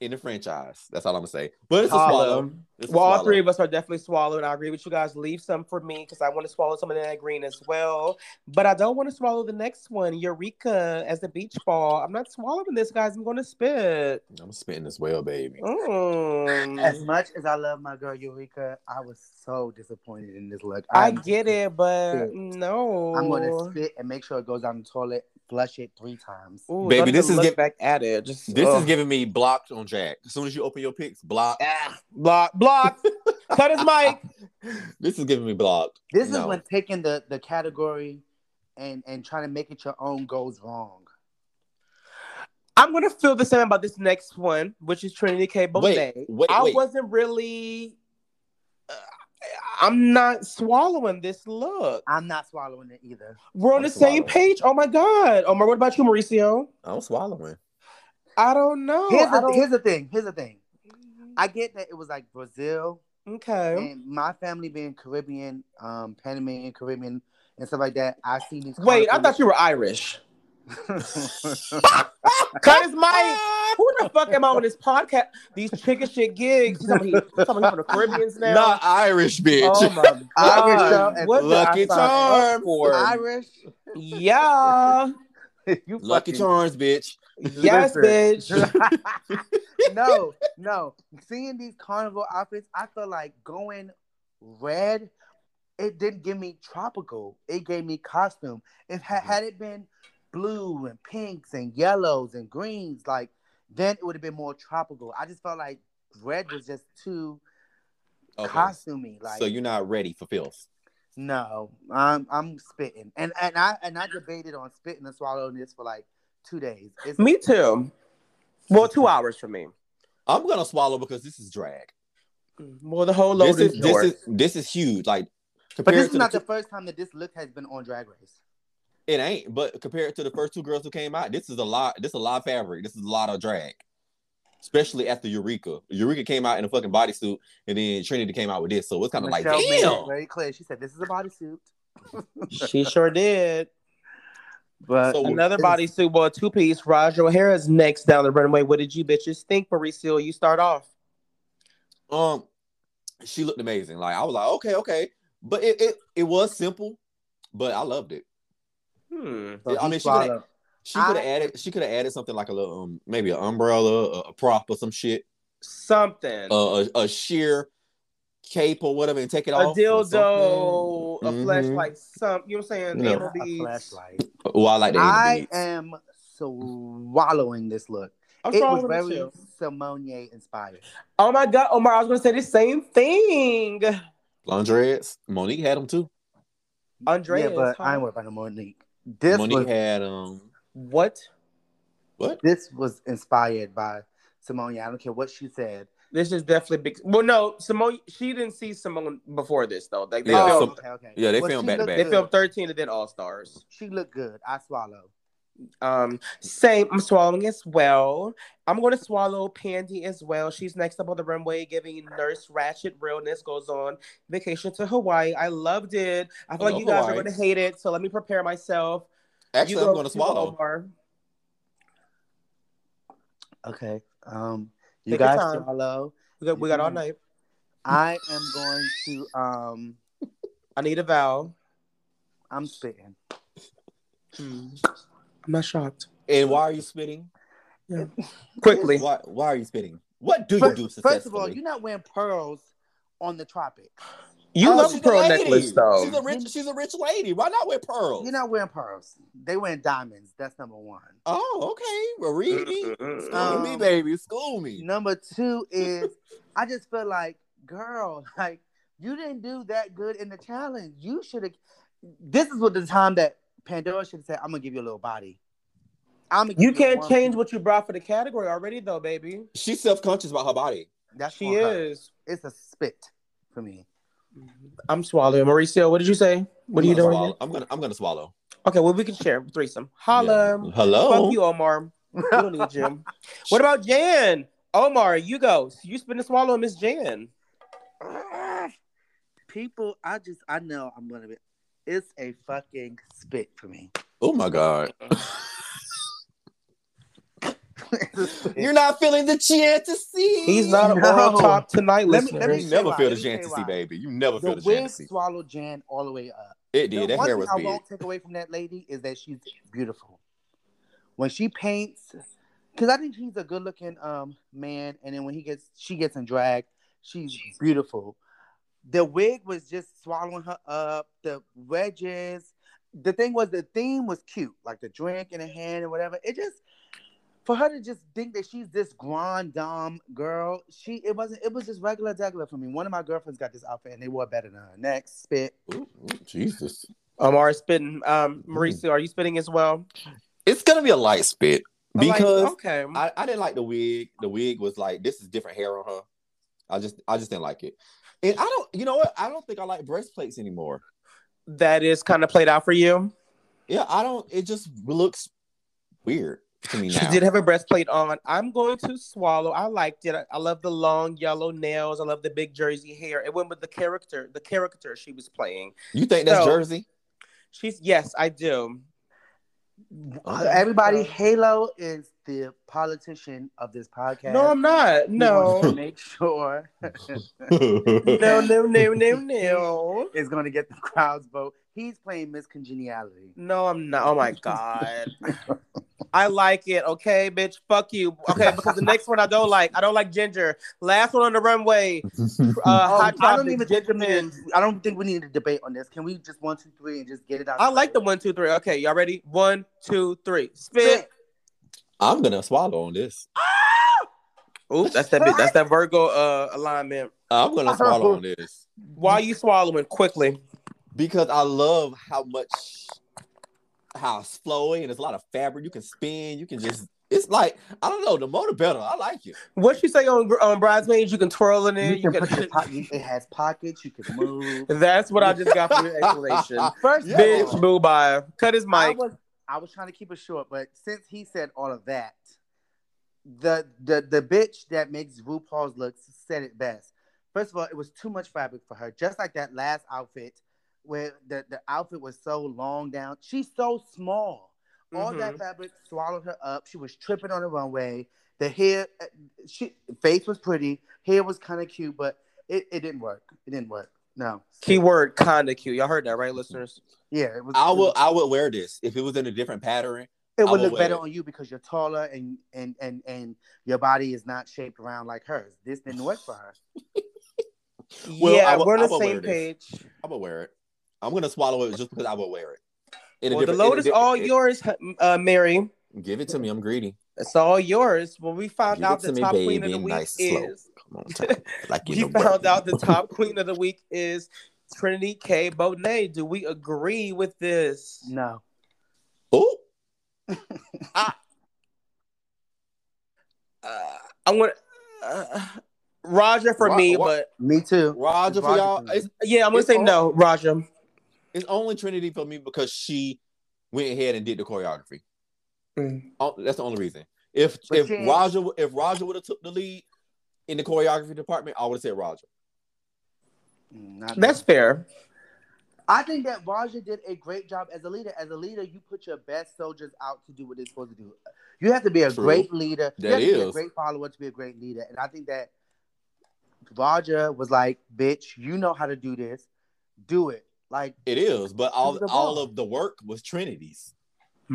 Speaker 2: in the franchise. That's all I'm gonna say. But it's a
Speaker 1: Holla.
Speaker 2: swallow. It's a
Speaker 1: Well, all
Speaker 2: swallow.
Speaker 1: three of us are definitely swallowing. I agree with you guys. Leave some for me because I want to swallow some of that green as well. But I don't want to swallow the next one, Eureka, as the beach ball. I'm not swallowing this, guys. I'm going to spit.
Speaker 2: I'm spitting as well, baby.
Speaker 1: Oh.
Speaker 3: As
Speaker 1: Mm.
Speaker 3: much as I love my girl Eureka, I was so disappointed in this look.
Speaker 1: I
Speaker 3: I'm-
Speaker 1: get it, but
Speaker 3: Spit.
Speaker 1: no.
Speaker 3: I'm gonna spit and make sure it goes down the toilet, flush it three times.
Speaker 1: Ooh,
Speaker 2: Baby,
Speaker 1: don't even
Speaker 2: this is
Speaker 1: look
Speaker 2: get-
Speaker 1: back at it. Just
Speaker 2: This
Speaker 1: ugh.
Speaker 2: is giving me blocked on Jack. As soon as you open your picks, block.
Speaker 1: block, block. Cut his mic.
Speaker 2: This is giving me blocked.
Speaker 3: This
Speaker 2: No.
Speaker 3: is when taking the the category and and trying to make it your own goes wrong.
Speaker 1: I'm gonna feel the same about this next one, which is Trinity K. Bonet.
Speaker 2: wait,
Speaker 1: I
Speaker 2: wait.
Speaker 1: wasn't really. Uh, I'm not swallowing this look.
Speaker 3: I'm not swallowing it either.
Speaker 1: We're on
Speaker 2: I'm
Speaker 1: the same
Speaker 2: swallowing.
Speaker 1: page. Oh my god. Oh my. What about you, Mauricio?
Speaker 2: I'm swallowing.
Speaker 1: I don't know.
Speaker 3: Here's
Speaker 1: I
Speaker 3: the,
Speaker 1: don't- Mm-hmm.
Speaker 3: here's the thing. Here's the thing. I get that it was like Brazil
Speaker 2: Mm.
Speaker 1: okay.
Speaker 3: and my family being Caribbean, um, Panamanian, Caribbean, and stuff like that. I see these.
Speaker 1: Wait, I thought you were Irish. Cut his mic. Who the fuck am I on this podcast? These chicken shit gigs. Somebody, somebody from the Caribbeans now.
Speaker 2: Not Irish, bitch.
Speaker 1: oh my god.
Speaker 3: Irish, uh,
Speaker 1: what did I
Speaker 2: Lucky
Speaker 1: sign up
Speaker 2: charms.
Speaker 1: for?
Speaker 3: Irish.
Speaker 1: Yeah.
Speaker 3: you
Speaker 2: Lucky
Speaker 3: fucking-
Speaker 2: charms, bitch.
Speaker 1: Yes, bitch.
Speaker 3: no, no. Seeing these carnival outfits, I feel like going red. It didn't give me tropical. It gave me costume. If ha-
Speaker 2: Mhm.
Speaker 3: had it been blue and pinks and yellows and greens, like then it would have been more tropical. I just felt like red was just too
Speaker 2: Okay.
Speaker 3: costumey. Like
Speaker 2: so you're not ready for filth.
Speaker 3: no, I'm I'm spitting, and and I and I debated on spitting and swallowing this for like two days. It's,
Speaker 1: Me too. Well, two hours for me.
Speaker 2: I'm gonna swallow because this is drag.
Speaker 1: Well, the whole load
Speaker 2: This
Speaker 1: is
Speaker 2: is this
Speaker 1: yours.
Speaker 2: is this is huge. Like
Speaker 3: but
Speaker 2: compared
Speaker 3: this is
Speaker 2: to
Speaker 3: not
Speaker 2: the,
Speaker 3: the first time that this look has been on Drag Race.
Speaker 2: it ain't, but compared to the first two girls who came out, this is a lot. This is a lot of fabric. This is a lot of drag. Especially after Eureka. Eureka came out in a fucking bodysuit, and then Trinity came out with this. So it's kind of like,
Speaker 3: Michelle made it
Speaker 2: damn.
Speaker 3: very clear. She said, "This is a bodysuit."
Speaker 1: she sure did.
Speaker 3: But
Speaker 2: So
Speaker 1: Another
Speaker 3: It's-
Speaker 1: bodysuit, well, two piece. Roger O'Hara's next down the runway. What did you bitches think, Mauricio? You start off.
Speaker 2: Um, she looked amazing. Like I was like, okay, okay, but it it, it was simple, but I loved it.
Speaker 1: Hmm.
Speaker 3: so
Speaker 2: I
Speaker 3: he
Speaker 2: mean, she
Speaker 3: swallowed.
Speaker 2: could've- She could have
Speaker 3: I-
Speaker 2: added she could have added something like a little um maybe an umbrella, a, a prop or some shit,
Speaker 1: Something.
Speaker 2: a, a, a sheer cape or whatever, and take it
Speaker 1: a
Speaker 2: off. or
Speaker 1: dildo, a
Speaker 2: Mhm.
Speaker 1: flashlight, some. You know what I'm saying?
Speaker 2: You know.
Speaker 1: Anal
Speaker 3: A
Speaker 1: beads.
Speaker 3: flashlight.
Speaker 2: something. Oh, I like that.
Speaker 3: I am swallowing this look.
Speaker 1: I'm
Speaker 3: it
Speaker 1: strong
Speaker 3: was
Speaker 1: with it
Speaker 3: very
Speaker 1: too.
Speaker 3: Simone inspired.
Speaker 1: Oh my god, Omar! I was gonna say the same thing.
Speaker 2: Laundrettes. Monique had them too.
Speaker 1: Andrea,
Speaker 3: yeah, but I ain't worried about no Monique. This
Speaker 2: Monique
Speaker 3: was
Speaker 2: had um
Speaker 1: what?
Speaker 2: what?
Speaker 3: this was inspired by Simone. I don't care what she said.
Speaker 1: This is definitely big. Well, no, Simone. She didn't see Simone before this though. Like they
Speaker 2: Yeah,
Speaker 1: filmed,
Speaker 2: so-
Speaker 3: Oh, okay, okay.
Speaker 2: yeah, they
Speaker 3: Well,
Speaker 2: filmed
Speaker 3: she
Speaker 2: back to
Speaker 3: looked
Speaker 2: back.
Speaker 1: they
Speaker 3: good.
Speaker 1: filmed 13 and then All Stars.
Speaker 3: She looked good. I swallow.
Speaker 1: Um, same. I'm swallowing as well. I'm going to swallow Pandy as well. She's next up on the runway, giving Nurse Ratchet realness. Goes on vacation to Hawaii. I loved it. I feel
Speaker 2: I
Speaker 1: like
Speaker 2: love
Speaker 1: you guys
Speaker 2: Hawaii.
Speaker 1: are going to hate it, so let me prepare myself.
Speaker 2: Actually,
Speaker 1: You
Speaker 2: I'm
Speaker 1: go-
Speaker 2: gonna
Speaker 1: you go,
Speaker 2: swallow.
Speaker 1: Omar.
Speaker 3: Okay. Um, you
Speaker 1: Take your
Speaker 3: guys
Speaker 1: time.
Speaker 3: swallow.
Speaker 1: We got, we got
Speaker 2: Mm-hmm.
Speaker 1: all
Speaker 3: Mhm.
Speaker 1: night.
Speaker 3: I am going to um.
Speaker 1: I need a vowel.
Speaker 3: I'm spitting.
Speaker 1: Hmm. I'm not shocked.
Speaker 2: And why are you spitting?
Speaker 1: Quickly.
Speaker 2: Why why are you spitting? What do you
Speaker 3: First,
Speaker 2: do successfully?
Speaker 3: first of all, you're not wearing pearls on the tropic.
Speaker 1: You
Speaker 2: Oh,
Speaker 1: love
Speaker 2: she's
Speaker 1: a pearl
Speaker 2: lady.
Speaker 1: necklace though.
Speaker 2: She's a rich. She's a rich lady. Why not wear pearls?
Speaker 3: You're not wearing pearls. They wearing diamonds. That's number one.
Speaker 2: Oh, okay. Well, read me. School me,
Speaker 3: Um,
Speaker 2: baby. School me.
Speaker 3: Number two is I just feel like, girl, like you didn't do that good in the challenge. You should have. This is what the time that Pandora should have said, "I'm gonna give you a little body." I'm. Gonna give
Speaker 1: you can't
Speaker 3: one
Speaker 1: change
Speaker 3: piece."
Speaker 1: what you brought for the category already though, baby.
Speaker 2: She's self conscious about her body.
Speaker 3: That's
Speaker 1: She
Speaker 3: on her.
Speaker 1: is.
Speaker 3: It's a spit for me.
Speaker 1: I'm swallowing. Mauricio, what did you say? What are
Speaker 2: I'm
Speaker 1: you
Speaker 2: gonna
Speaker 1: doing?
Speaker 2: swallow.
Speaker 1: again?
Speaker 2: I'm gonna. I'm gonna swallow.
Speaker 1: Okay, well, we can share threesome. Holla.
Speaker 3: Oh.
Speaker 2: Yeah. Hello.
Speaker 1: Fuck you, Omar. We don't need Jim. what about Jan? Omar, you go. You spin the swallow, Miss Jan.
Speaker 3: People, I just, I know I'm gonna be. It's a fucking spit for me.
Speaker 2: Oh my god. You're not feeling the chantasy.
Speaker 1: He's not
Speaker 3: No.
Speaker 1: on top tonight,
Speaker 3: Let me-
Speaker 1: listeners.
Speaker 3: let me
Speaker 2: you
Speaker 3: say
Speaker 2: never
Speaker 3: why.
Speaker 2: feel
Speaker 3: Let
Speaker 2: the
Speaker 3: me say why.
Speaker 2: chantasy, baby. You never feel
Speaker 3: The
Speaker 2: the
Speaker 3: wig
Speaker 2: chantasy.
Speaker 3: swallowed Jan all the way up.
Speaker 2: It
Speaker 3: the
Speaker 2: did. That
Speaker 3: one
Speaker 2: hair
Speaker 3: thing
Speaker 2: was
Speaker 3: I
Speaker 2: big.
Speaker 3: won't take away from that lady is that she's beautiful. When she paints, because I think he's a good looking um man, and then when he gets she gets in drag, she's beautiful. The wig was just swallowing her up, the wedges. The thing was the theme was cute, like the drink in the hand and whatever. It just for her to just think that she's this grand dame girl, she it wasn't it was just regular degular for me. One of my girlfriends got this outfit and they wore it better than her. Next spit.
Speaker 2: Ooh, ooh, Jesus.
Speaker 1: Omar is spitting. Um, Mauricio, are you spitting as well?
Speaker 2: It's gonna be a light spit
Speaker 1: I'm like,
Speaker 2: because
Speaker 1: okay,
Speaker 2: I, I didn't like the wig. The wig was like this is different hair on her. I just I just didn't like it. And I don't you know what? I don't think I like breastplates anymore.
Speaker 1: that is kind of played out for you.
Speaker 2: Yeah, I don't it just looks weird to me
Speaker 1: She
Speaker 2: now.
Speaker 1: did have a breastplate on. I'm going to swallow. I liked it. I, I love the long yellow nails. I love the big jersey hair. It went with the character, the character she was playing.
Speaker 2: you think that's
Speaker 1: So-
Speaker 2: Jersey?
Speaker 1: She's yes, I do.
Speaker 2: Okay.
Speaker 3: Everybody,
Speaker 1: So-
Speaker 3: Halo is the politician of this podcast.
Speaker 1: No, I'm not.
Speaker 3: He wants
Speaker 1: No.
Speaker 3: to make sure
Speaker 1: no, no, no, no, no.
Speaker 3: is going to get the crowd's vote. He's playing Miss Congeniality.
Speaker 1: No, I'm not. Oh my god. I like it. Okay, bitch. Fuck you. Okay, because the next one I don't like. I don't like ginger. Last one on the runway. Uh,
Speaker 3: Oh,
Speaker 1: hot
Speaker 3: I don't
Speaker 1: topic.
Speaker 3: even think
Speaker 1: ginger
Speaker 3: we need.
Speaker 1: men.
Speaker 3: I don't think we need a debate on this. Can we just one, two, three, and just get it out?
Speaker 1: I like the one, two, three. Okay, y'all ready? One, two, three. Spit.
Speaker 2: I'm gonna swallow on this.
Speaker 1: Oops, that's that. bit- That's that Virgo uh, alignment.
Speaker 2: I'm gonna swallow on this
Speaker 1: Why you swallowing quickly?
Speaker 2: because I love how much how it's flowy and there's a lot of fabric. You can spin. You can just. It's like I don't know. The more the better. I like it.
Speaker 1: What you say on on bridesmaids? You can twirl in
Speaker 3: You
Speaker 1: it. You
Speaker 3: can put your
Speaker 1: can.
Speaker 3: po- you- it has pockets. You can move.
Speaker 1: That's what I just got from your explanation.
Speaker 3: First,
Speaker 2: Yeah.
Speaker 3: of
Speaker 1: Bitch,
Speaker 3: all,
Speaker 1: boo bye. Cut his
Speaker 3: I
Speaker 1: mic.
Speaker 3: was I was trying to keep it short, but since he said all of that, the the the bitch that makes RuPaul's looks said it best. First of all, it was too much fabric for her. Just like that last outfit, where the, the outfit was so long down. She's so small. All
Speaker 1: Mm-hmm.
Speaker 2: Mm-hmm.
Speaker 3: that fabric swallowed her up. She was tripping on the runway. The hair, uh, she face was pretty. Hair was kind of cute, but it, it didn't work. It didn't work. No.
Speaker 1: Keyword kinda cute. Y'all heard that, right, listeners?
Speaker 3: Yeah, it was.
Speaker 2: I
Speaker 3: it was-
Speaker 2: will. I would wear this if it was in a different pattern. I
Speaker 3: It would
Speaker 2: will
Speaker 3: look better
Speaker 2: wear it.
Speaker 3: on you because you're taller and and and and your body is not shaped around like hers. This didn't work for her.
Speaker 2: Well,
Speaker 1: yeah,
Speaker 2: I will-
Speaker 1: we're on
Speaker 2: I
Speaker 1: the
Speaker 2: will
Speaker 1: same
Speaker 2: wear this.
Speaker 1: page.
Speaker 2: I would wear it. I'm gonna swallow it just because I would wear it. In a
Speaker 1: Well, the
Speaker 2: different- in a
Speaker 1: load is
Speaker 2: different-
Speaker 1: all
Speaker 2: it-
Speaker 1: yours, uh, Mary.
Speaker 2: Give it to me. I'm greedy.
Speaker 1: It's all yours. When we found
Speaker 2: Give
Speaker 1: out
Speaker 2: it to
Speaker 1: the
Speaker 2: me,
Speaker 1: top
Speaker 2: baby,
Speaker 1: queen of the
Speaker 2: and
Speaker 1: week
Speaker 2: nice and slow.
Speaker 1: is,
Speaker 2: Come on, time. like you
Speaker 1: we
Speaker 2: know
Speaker 1: found
Speaker 2: what.
Speaker 1: out the top queen of the week is Trinity K. Bonet. Do we agree with this?
Speaker 3: No.
Speaker 2: Oh,
Speaker 1: Uh, I'm gonna uh, Roger for
Speaker 2: Wha-
Speaker 1: me,
Speaker 2: wha-
Speaker 1: but
Speaker 3: Me too.
Speaker 2: Roger for
Speaker 3: Roger
Speaker 2: y'all.
Speaker 3: for me.
Speaker 2: It's,
Speaker 1: yeah, I'm gonna
Speaker 2: It's
Speaker 1: say
Speaker 2: all-
Speaker 1: no, Roger.
Speaker 2: it's only Trinity for me because she went ahead and did the choreography.
Speaker 1: Mm.
Speaker 2: Oh, that's the only reason. If
Speaker 3: But
Speaker 2: if
Speaker 3: she ain't-
Speaker 2: Roger if Roger would have took the lead in the choreography department, I would have said Roger.
Speaker 3: Mm, not me.
Speaker 1: That's fair.
Speaker 3: I think that Raja did a great job as a leader. As a leader, you put your best soldiers out to do what they're supposed to do. You have to be a
Speaker 2: True.
Speaker 3: great leader. you
Speaker 2: That
Speaker 3: have to be a
Speaker 2: is.
Speaker 3: great follower to be a great leader. And I think that Raja was like, "Bitch, you know how to do this. Do it." Like
Speaker 2: It is, but all
Speaker 3: Give it a
Speaker 2: all
Speaker 3: ball.
Speaker 2: of the work was Trinity's.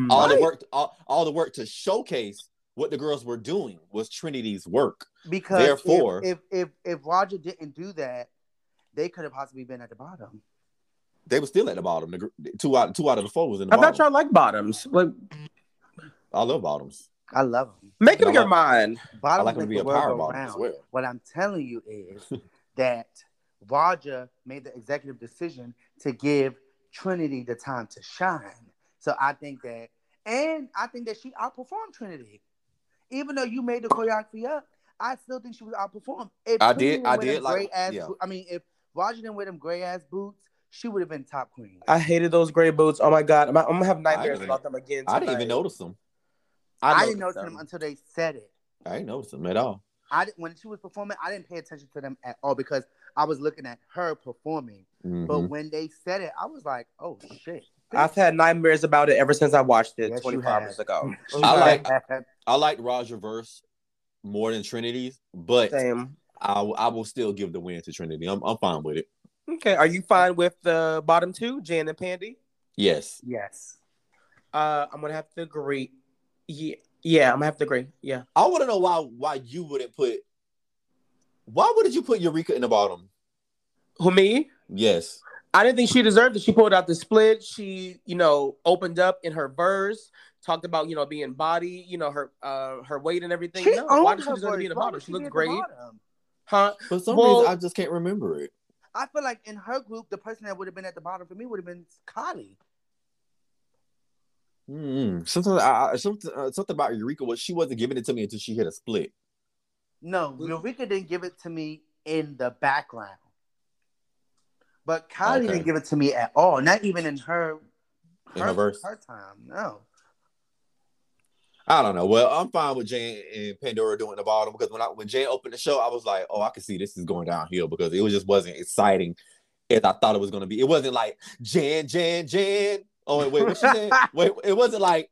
Speaker 2: All the
Speaker 1: Right.
Speaker 2: work, all, all the work to showcase what the girls were doing was Trinity's work.
Speaker 3: because if-
Speaker 2: Therefore-
Speaker 3: if if if, Roger didn't do that, they could have possibly been at the bottom.
Speaker 2: They were still at the bottom. The, gr- two out two out of the four was in the
Speaker 1: I thought
Speaker 2: bottom.
Speaker 1: y'all like bottoms. Like,
Speaker 2: I love bottoms.
Speaker 3: I love them.
Speaker 1: make
Speaker 2: No,
Speaker 1: up your
Speaker 2: I-
Speaker 1: mind.
Speaker 2: I
Speaker 3: Bottom
Speaker 2: like
Speaker 3: like
Speaker 2: them to
Speaker 3: make
Speaker 2: be
Speaker 3: the
Speaker 2: a power
Speaker 3: world go
Speaker 2: bottom as
Speaker 3: round.
Speaker 2: well.
Speaker 3: What I'm telling you is that Roger made the executive decision to give Trinity the time to shine. So I think that, and I think that she outperformed Trinity. Even though you made the choreography up, I still think she was outperformed. If
Speaker 2: I
Speaker 3: Trinity
Speaker 2: did-
Speaker 3: didn't
Speaker 2: I
Speaker 3: wear them
Speaker 2: did like-
Speaker 3: gray ass
Speaker 2: yeah.
Speaker 3: bo- I mean, if Roger didn't wear them gray ass boots, she would have been top queen.
Speaker 1: I hated those gray boots. Oh my god, I'm, I'm gonna have
Speaker 2: I
Speaker 1: nightmares
Speaker 2: didn't-
Speaker 1: about them again.
Speaker 2: I didn't
Speaker 1: tonight.
Speaker 2: even notice them.
Speaker 3: I, didn't notice them until they said it.
Speaker 2: I didn't notice them at all.
Speaker 3: I didn't, when she was performing, I didn't pay attention to them at all because I was looking at her performing.
Speaker 2: Mhm.
Speaker 1: Mm-hmm.
Speaker 3: But when they said it, I was like, "Oh shit!"
Speaker 1: I've had nightmares about it ever since I watched it
Speaker 3: Yes, you
Speaker 1: 24
Speaker 3: have.
Speaker 1: hours ago.
Speaker 2: I like- I like Roger verse more than Trinity's, but
Speaker 1: Same.
Speaker 2: I, I will still give the win to Trinity. I'm, I'm fine with it.
Speaker 1: Okay, are you fine with the bottom two, Jan and Pandy?
Speaker 2: Yes.
Speaker 3: yes.
Speaker 1: Uh, I'm gonna have to agree. Yeah, yeah, I'm gonna have to agree. Yeah,
Speaker 2: I want to know why why you wouldn't put why would you put Eureka in the bottom?
Speaker 1: who me?
Speaker 2: Yes.
Speaker 1: I didn't think she deserved it. She pulled out the split. She, you know, opened up in her verse, talked about you know being body, you know her uh her weight and everything.
Speaker 3: She
Speaker 1: no,
Speaker 3: owned
Speaker 1: why does she
Speaker 3: her
Speaker 1: deserve to be in
Speaker 3: voice.
Speaker 1: the
Speaker 3: Why
Speaker 1: bottom?
Speaker 3: would
Speaker 1: She
Speaker 3: be
Speaker 1: looked
Speaker 3: at the
Speaker 1: great,
Speaker 3: bottom?
Speaker 1: huh?
Speaker 2: For some
Speaker 1: Well-
Speaker 2: reason I just can't remember it.
Speaker 3: I feel like in her group, the person that would have been at the bottom for me would have been Kylie.
Speaker 2: Mm-hmm. Something, I, I- something, uh, something about Eureka was she wasn't giving it to me until she hit a split.
Speaker 3: No,
Speaker 1: Who-
Speaker 3: Eureka didn't give it to me in the background, but Kylie
Speaker 2: Okay.
Speaker 3: didn't give it to me at all. Not even in her
Speaker 2: In her verse?
Speaker 3: her time. No.
Speaker 2: I don't know. Well, I'm fine with Jane and Pandora doing the bottom because when I when Jane opened the show, I was like, oh, I can see this is going downhill because it was just wasn't exciting as I thought it was gonna be. It wasn't like Jan, Jan, Jan. Oh wait, wait, what she said? wait, it wasn't like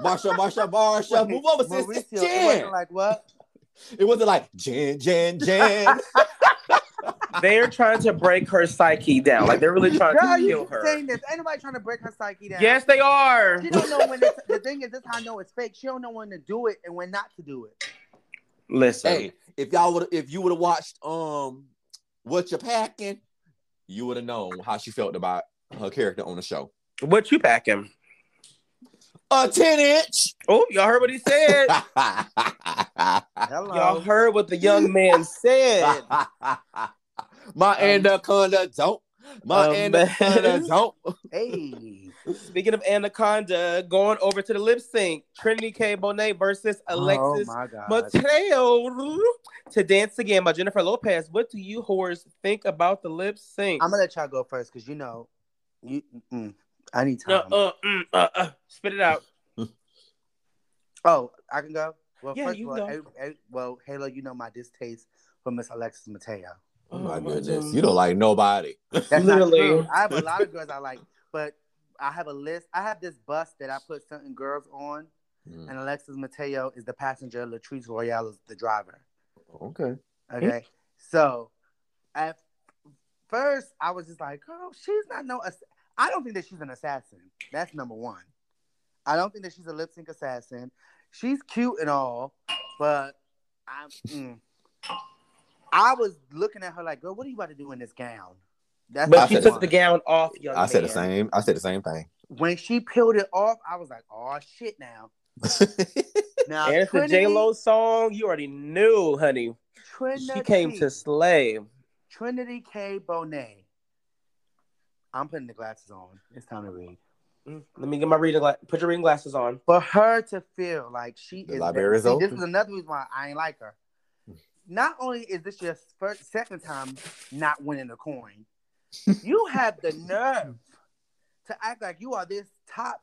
Speaker 2: Marsha, Marsha, Marsha, move over, sister.
Speaker 3: Mauricio, it
Speaker 2: Jan.
Speaker 3: wasn't like what?
Speaker 2: It wasn't like Jan, Jan, Jan.
Speaker 1: They're trying to break her psyche down. Like they're really trying
Speaker 3: Girl,
Speaker 1: to
Speaker 3: you
Speaker 1: kill
Speaker 3: keep
Speaker 1: her.
Speaker 3: saying this. Ain't nobody trying to break her psyche down.
Speaker 1: Yes, they are.
Speaker 3: She don't know when it's, the thing is this how I know it's fake. She don't know when to do it and when not to do it.
Speaker 1: Listen,
Speaker 2: hey, if y'all would, if you would have watched, um, what you packing, you would have known how she felt about her character on the show.
Speaker 1: what you packing?
Speaker 2: A ten inch.
Speaker 1: Oh, y'all heard what he said.
Speaker 3: Hello.
Speaker 1: y'all heard what the young man said.
Speaker 2: My anaconda don't. My
Speaker 1: Um,
Speaker 2: anaconda
Speaker 1: man.
Speaker 2: don't.
Speaker 3: Hey.
Speaker 1: Speaking of Anaconda, going over to the lip sync, Trinity K. Bonet versus Alexis
Speaker 3: Oh my god.
Speaker 1: Mateo to Dance Again by Jennifer Lopez. What do you whores think about the lip sync?
Speaker 3: I'm gonna let y'all go first because you know, you. Mm, I need
Speaker 1: No,
Speaker 3: time.
Speaker 1: uh, mm, uh, uh, spit it out.
Speaker 3: oh, I can go. Well,
Speaker 1: Yeah,
Speaker 3: first
Speaker 1: you
Speaker 3: of
Speaker 1: go.
Speaker 3: all, every- every- well, Halo, you know my distaste for Miss Alexis Mateo.
Speaker 2: Oh my
Speaker 1: Oh, my
Speaker 2: goodness,
Speaker 1: God.
Speaker 2: you don't like nobody.
Speaker 3: That's
Speaker 1: Literally.
Speaker 3: not true. I have a lot of girls I like, but I have a list. I have this bus that I put certain girls on,
Speaker 2: Mm,
Speaker 1: Mm-hmm.
Speaker 3: and Alexis Mateo is the passenger. Latrice Royale is the driver.
Speaker 2: Okay.
Speaker 3: Okay. So at first I was just like, girl, she's not no ass- I don't think that she's an assassin. That's number one. I don't think that she's a lip sync assassin. She's cute and all, but I mm. I was looking at her like, girl, what are you about to do in this gown? That's
Speaker 2: I
Speaker 1: But she
Speaker 2: said
Speaker 3: number
Speaker 1: took
Speaker 2: the
Speaker 3: one.
Speaker 1: the gown off, young
Speaker 2: I said
Speaker 1: man.
Speaker 2: the same. I said the same thing.
Speaker 3: when she peeled it off, I was like, oh shit now. Now
Speaker 1: And it's a
Speaker 3: Trinity-
Speaker 1: J Lo song. You already knew, honey.
Speaker 3: Trinity,
Speaker 1: She came to slay.
Speaker 3: Trinity K. Bonet. I'm putting the glasses on. It's time to read.
Speaker 1: Mm, Let me get my reading. Gla- put your reading glasses on.
Speaker 3: For her to feel like she
Speaker 2: The
Speaker 3: is,
Speaker 2: library is
Speaker 3: See,
Speaker 2: open.
Speaker 3: this is another reason why I ain't like her. Not only is this your first, second time not winning the coin, you have the nerve to act like you are this top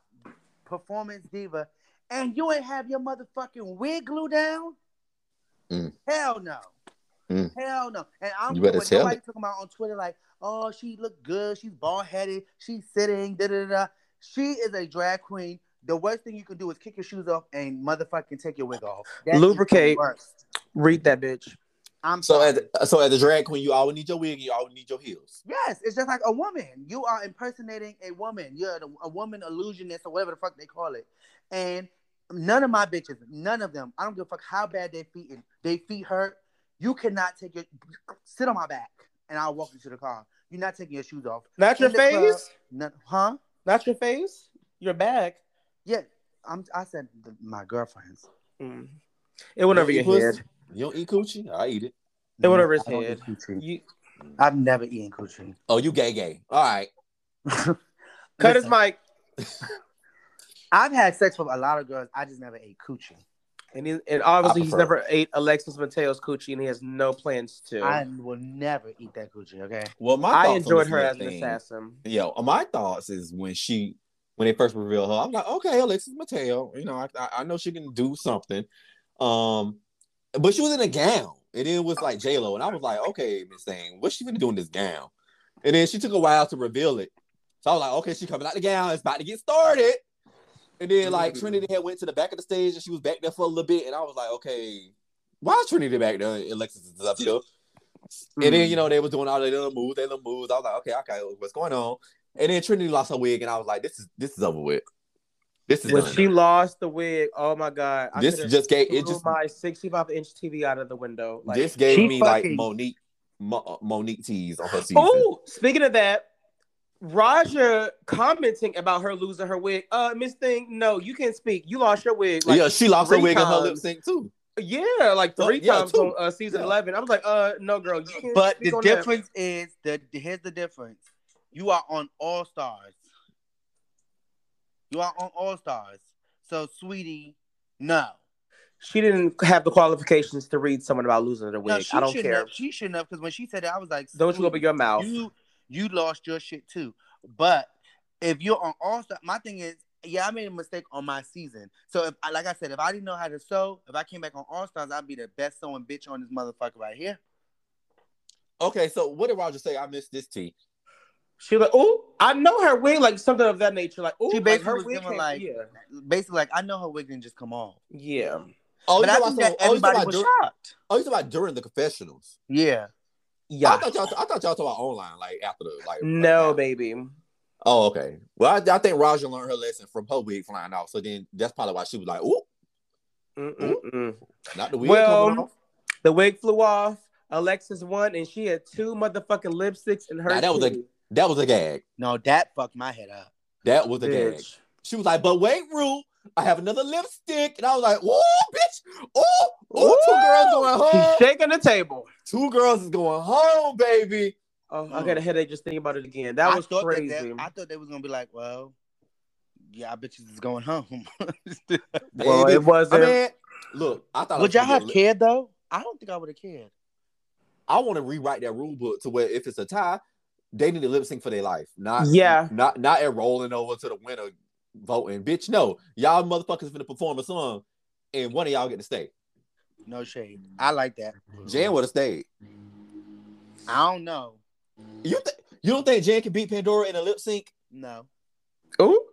Speaker 3: performance diva, and you ain't have your motherfucking wig glued down.
Speaker 2: Mm.
Speaker 3: Hell no.
Speaker 2: Mm.
Speaker 3: Hell no. And I'm
Speaker 2: You better
Speaker 3: what
Speaker 2: tell
Speaker 3: nobody
Speaker 2: it.
Speaker 3: talking about on Twitter like, oh, she look good. She's bald headed. She's sitting. Da da da, da. She is a drag queen. The worst thing you can do is kick your shoes off and motherfucking take your wig off. That is the
Speaker 1: Lubricate.
Speaker 3: worst.
Speaker 1: Read that bitch.
Speaker 3: I'm
Speaker 2: so
Speaker 3: sorry.
Speaker 2: as so as a drag queen, you always need your wig. You always need your heels.
Speaker 3: Yes, it's just like a woman. You are impersonating a woman. You're the, a woman illusionist or whatever the fuck they call it. And none of my bitches, none of them. I don't give a fuck how bad they feet and they feet hurt. You cannot take your sit on my back and I'll walk you to the car. You're not taking your shoes off.
Speaker 1: Not your
Speaker 3: In the club.
Speaker 1: face.
Speaker 3: None, huh?
Speaker 1: Not your face. Your back.
Speaker 3: Yeah, I'm. I said the, my girlfriends.
Speaker 1: Mm. It went over
Speaker 2: You
Speaker 1: your
Speaker 2: don't eat
Speaker 1: head.
Speaker 2: pussy? You don't eat coochie? I eat it.
Speaker 1: It went over his
Speaker 3: I don't
Speaker 1: head.
Speaker 3: eat coochie.
Speaker 1: You
Speaker 3: I've never eaten coochie.
Speaker 2: Oh, you gay gay. All right.
Speaker 1: cut his
Speaker 3: Listen,
Speaker 1: mic.
Speaker 3: I've had sex with a lot of girls. I just never ate coochie.
Speaker 1: And, he, and obviously,
Speaker 2: I
Speaker 1: he's
Speaker 2: prefer-
Speaker 1: never ate Alexis Mateo's coochie, and he has no plans to.
Speaker 3: I
Speaker 1: I,
Speaker 3: will never eat that coochie. Okay.
Speaker 2: Well, my thoughts on
Speaker 1: enjoyed
Speaker 2: this
Speaker 1: her
Speaker 2: lip
Speaker 1: as an
Speaker 2: thing-
Speaker 1: assassin.
Speaker 2: Yeah, my thoughts is when she when they first revealed her. I'm like, okay, Alexis Mateo. You know, I, I I know she can do something. Um, but she was in a gown, and then it was like J Lo, and I was like, okay, Miss Thing, what's she gonna do in this gown? And then she took a while to reveal it. So I was like, okay, she coming out the gown. It's about to get started. And then like Trinity had went to the back of the stage and she was back there for a little bit. And I was like, okay, why is Trinity back there? And Alexis is up here. And then you know they was doing all their little moves, their little moves. I was like, okay, okay, what's going on? And then Trinity lost her wig, and I was like, this is this is over with. This is
Speaker 1: When
Speaker 2: done.
Speaker 1: she lost the wig, oh my god! I
Speaker 2: this
Speaker 1: could've
Speaker 2: just gave it
Speaker 1: threw
Speaker 2: just
Speaker 1: my 65 inch TV out of the window. Like,
Speaker 2: this gave
Speaker 5: She
Speaker 2: me like
Speaker 5: fucking-
Speaker 2: Monique Mo- uh, Monique tease on her season.
Speaker 1: Oh, speaking of that, Raja commenting about her losing her wig. Uh, Miss Thing, no, you can't speak. You lost your wig. Like,
Speaker 2: yeah, she lost her
Speaker 1: three
Speaker 2: wig and her lip
Speaker 1: times.
Speaker 2: sync too.
Speaker 1: yeah, like
Speaker 2: Oh,
Speaker 1: three
Speaker 2: yeah,
Speaker 1: times on
Speaker 2: two.
Speaker 1: uh, season
Speaker 2: Yeah.
Speaker 1: eleven. I was like, uh, no, girl, you can't
Speaker 5: But
Speaker 1: speak
Speaker 5: the
Speaker 1: on that.
Speaker 5: difference is the here's the difference. You are on All Stars.
Speaker 3: You are on All Stars. So, sweetie, no.
Speaker 1: She didn't have the qualifications to read someone about losing her wig.
Speaker 3: No, she
Speaker 1: I don't
Speaker 3: shouldn't
Speaker 1: care.
Speaker 3: Have, she shouldn't have because when she said it, I was like,
Speaker 1: Don't you
Speaker 3: sweetie,
Speaker 1: open your mouth.
Speaker 3: you you lost your shit too. But if you're on All Star, my thing is, yeah, I made a mistake on my season. So if I like I said, if I didn't know how to sew, if I came back on All Stars, I'd be the best sewing bitch on this motherfucker right here.
Speaker 2: Okay, so what did Roger say? I missed this tea.
Speaker 1: She was like, oh, I know her wig, like something of that nature. Like, oh,
Speaker 3: She
Speaker 1: like
Speaker 3: basically
Speaker 1: her
Speaker 3: was
Speaker 1: wig,
Speaker 3: giving,
Speaker 1: came-
Speaker 3: like-
Speaker 1: yeah,
Speaker 3: Basically, like I know her wig didn't just come off.
Speaker 1: yeah.
Speaker 2: Oh,
Speaker 3: But
Speaker 2: you
Speaker 3: I
Speaker 2: know,
Speaker 3: think
Speaker 2: I
Speaker 3: that
Speaker 2: saw- oh, you talking
Speaker 3: everybody
Speaker 2: about
Speaker 3: was
Speaker 2: dur-
Speaker 3: shocked.
Speaker 2: oh, you talking about during the confessionals.
Speaker 3: Yeah.
Speaker 1: Yeah.
Speaker 2: I thought y'all. I thought y'all talking about online, like after the like.
Speaker 1: No,
Speaker 2: like-
Speaker 1: baby. Mm,
Speaker 2: Oh, okay. Well, I, I think Raja learned her lesson from her wig flying off. So then that's probably why she was like, "Ooh,
Speaker 1: mm, Mm-mm-mm.
Speaker 2: not the wig
Speaker 1: Well-
Speaker 2: coming off."
Speaker 1: The wig flew off. Alexis won, and she had two motherfucking lipsticks in her.
Speaker 2: Nah, that was a-
Speaker 1: teeth.
Speaker 2: That was a gag.
Speaker 3: No, that fucked my head up.
Speaker 2: That was a gag.
Speaker 1: bitch.
Speaker 2: She was like, "But wait, Rue, I have another lipstick," and I was like, "Oh, bitch! Oh, oh, two
Speaker 1: Ooh.
Speaker 2: girls going home.
Speaker 1: She's shaking the table.
Speaker 2: two girls is going home, baby."
Speaker 1: Oh, I
Speaker 3: Mm.
Speaker 1: got a headache just thinking about it again. That
Speaker 3: I
Speaker 1: was
Speaker 3: thought
Speaker 1: crazy.
Speaker 3: That they, I thought they was gonna be like, well, yeah, I bet you is going home. Would
Speaker 1: well,
Speaker 2: Baby.
Speaker 1: it wasn't.
Speaker 2: I mean, look, I thought I was
Speaker 3: y'all
Speaker 2: gonna
Speaker 3: have
Speaker 2: get li-
Speaker 3: cared though? I don't think I would have cared.
Speaker 2: I want to rewrite that rule book to where if it's a tie, they need to lip sync for their life. Not
Speaker 1: Yeah.
Speaker 2: not not at rolling over to the winner voting. Bitch, no. Y'all motherfuckers finna perform a song and one of y'all get to stay.
Speaker 3: No shade. I like that.
Speaker 2: Jan would have stayed.
Speaker 3: I don't know.
Speaker 2: You th- you don't think Jan can beat Pandora in a lip sync?
Speaker 3: No.
Speaker 1: Ooh.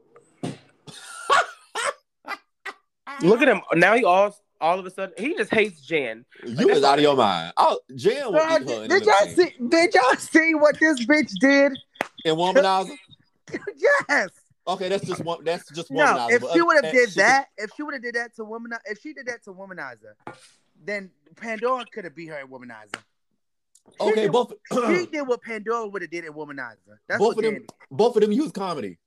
Speaker 1: Look at him now. He all all of a sudden he just hates Jan.
Speaker 2: You is out of your mind. I'll, Jan would
Speaker 3: Girl,
Speaker 2: beat her in a lip
Speaker 3: did y'all
Speaker 2: sync.
Speaker 3: see? Did y'all see what this bitch did?
Speaker 2: And womanizer.
Speaker 3: yes.
Speaker 2: Okay, that's just one. That's just womanizer.
Speaker 3: No. If
Speaker 2: But
Speaker 3: she
Speaker 2: other
Speaker 3: would
Speaker 2: than
Speaker 3: have did
Speaker 2: she could-
Speaker 3: that, if she would have did that to womanizer, if she did that to womanizer, then Pandora could have beat her at womanizer.
Speaker 2: okay,
Speaker 3: did-
Speaker 2: both
Speaker 3: She did what Pandora would have did at womanizer. That's
Speaker 2: Both
Speaker 3: what
Speaker 2: of them-
Speaker 3: Jan did.
Speaker 2: both of them use comedy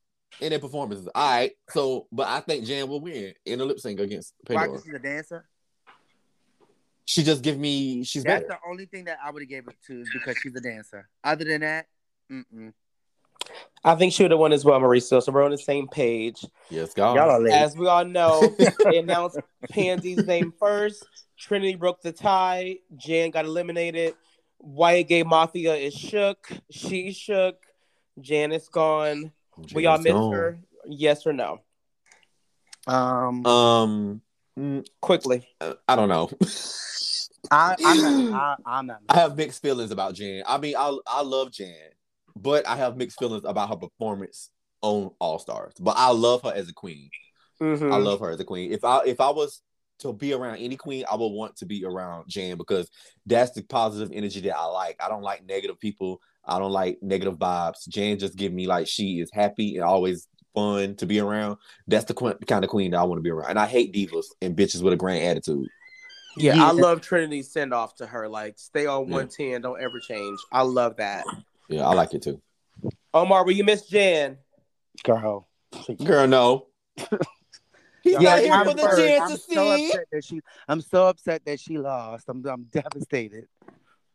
Speaker 2: in their performances. All right, so but I think Jan will win in the lip sync against
Speaker 3: Why?
Speaker 2: Pandora.
Speaker 3: 'Cause she's a dancer.
Speaker 2: She just give me she's
Speaker 3: That's
Speaker 2: better.
Speaker 3: the only thing that I would have gave it to is because she's a dancer. Other than that, mm-mm.
Speaker 1: I think she would have won as well, Mauricio. So we're on the same page.
Speaker 2: Yes, God.
Speaker 3: Y'all are late.
Speaker 1: As we all know, they announced Pansy's name first. Trinity broke the tie. Jan got eliminated. White Gay Mafia is shook. She shook. Jan is gone. we all miss her. Yes or no?
Speaker 3: um,
Speaker 2: Um, mm,
Speaker 1: Quickly.
Speaker 2: uh, I don't know.
Speaker 3: I, I'm not. I, I'm not.
Speaker 2: I have mixed feelings about Jan. I mean, I I love Jan, but I have mixed feelings about her performance on All Stars. But I love her as a queen.
Speaker 1: Mhm.
Speaker 2: I love her as a queen. If I if I was to be around any queen, I would want to be around Jan because that's the positive energy that I like. I don't like negative people. I don't like negative vibes. Jan just give me like she is happy and always fun to be around. That's the qu- kind of queen that I want to be around. And I hate divas and bitches with a grand attitude.
Speaker 1: Yeah,
Speaker 3: Yeah.
Speaker 1: I love Trinity's send off to her. Like, stay on 110, don't ever change. I love that.
Speaker 2: Yeah, I like it too.
Speaker 1: Omar, will you miss Jan?
Speaker 3: Girl.
Speaker 2: Girl, no. He's
Speaker 1: Yeah,
Speaker 2: not here
Speaker 1: I'm
Speaker 2: for the
Speaker 1: first.
Speaker 2: chance
Speaker 3: I'm
Speaker 2: to
Speaker 3: so
Speaker 2: see.
Speaker 3: upset that she. I'm so upset that she lost. I'm. I'm devastated.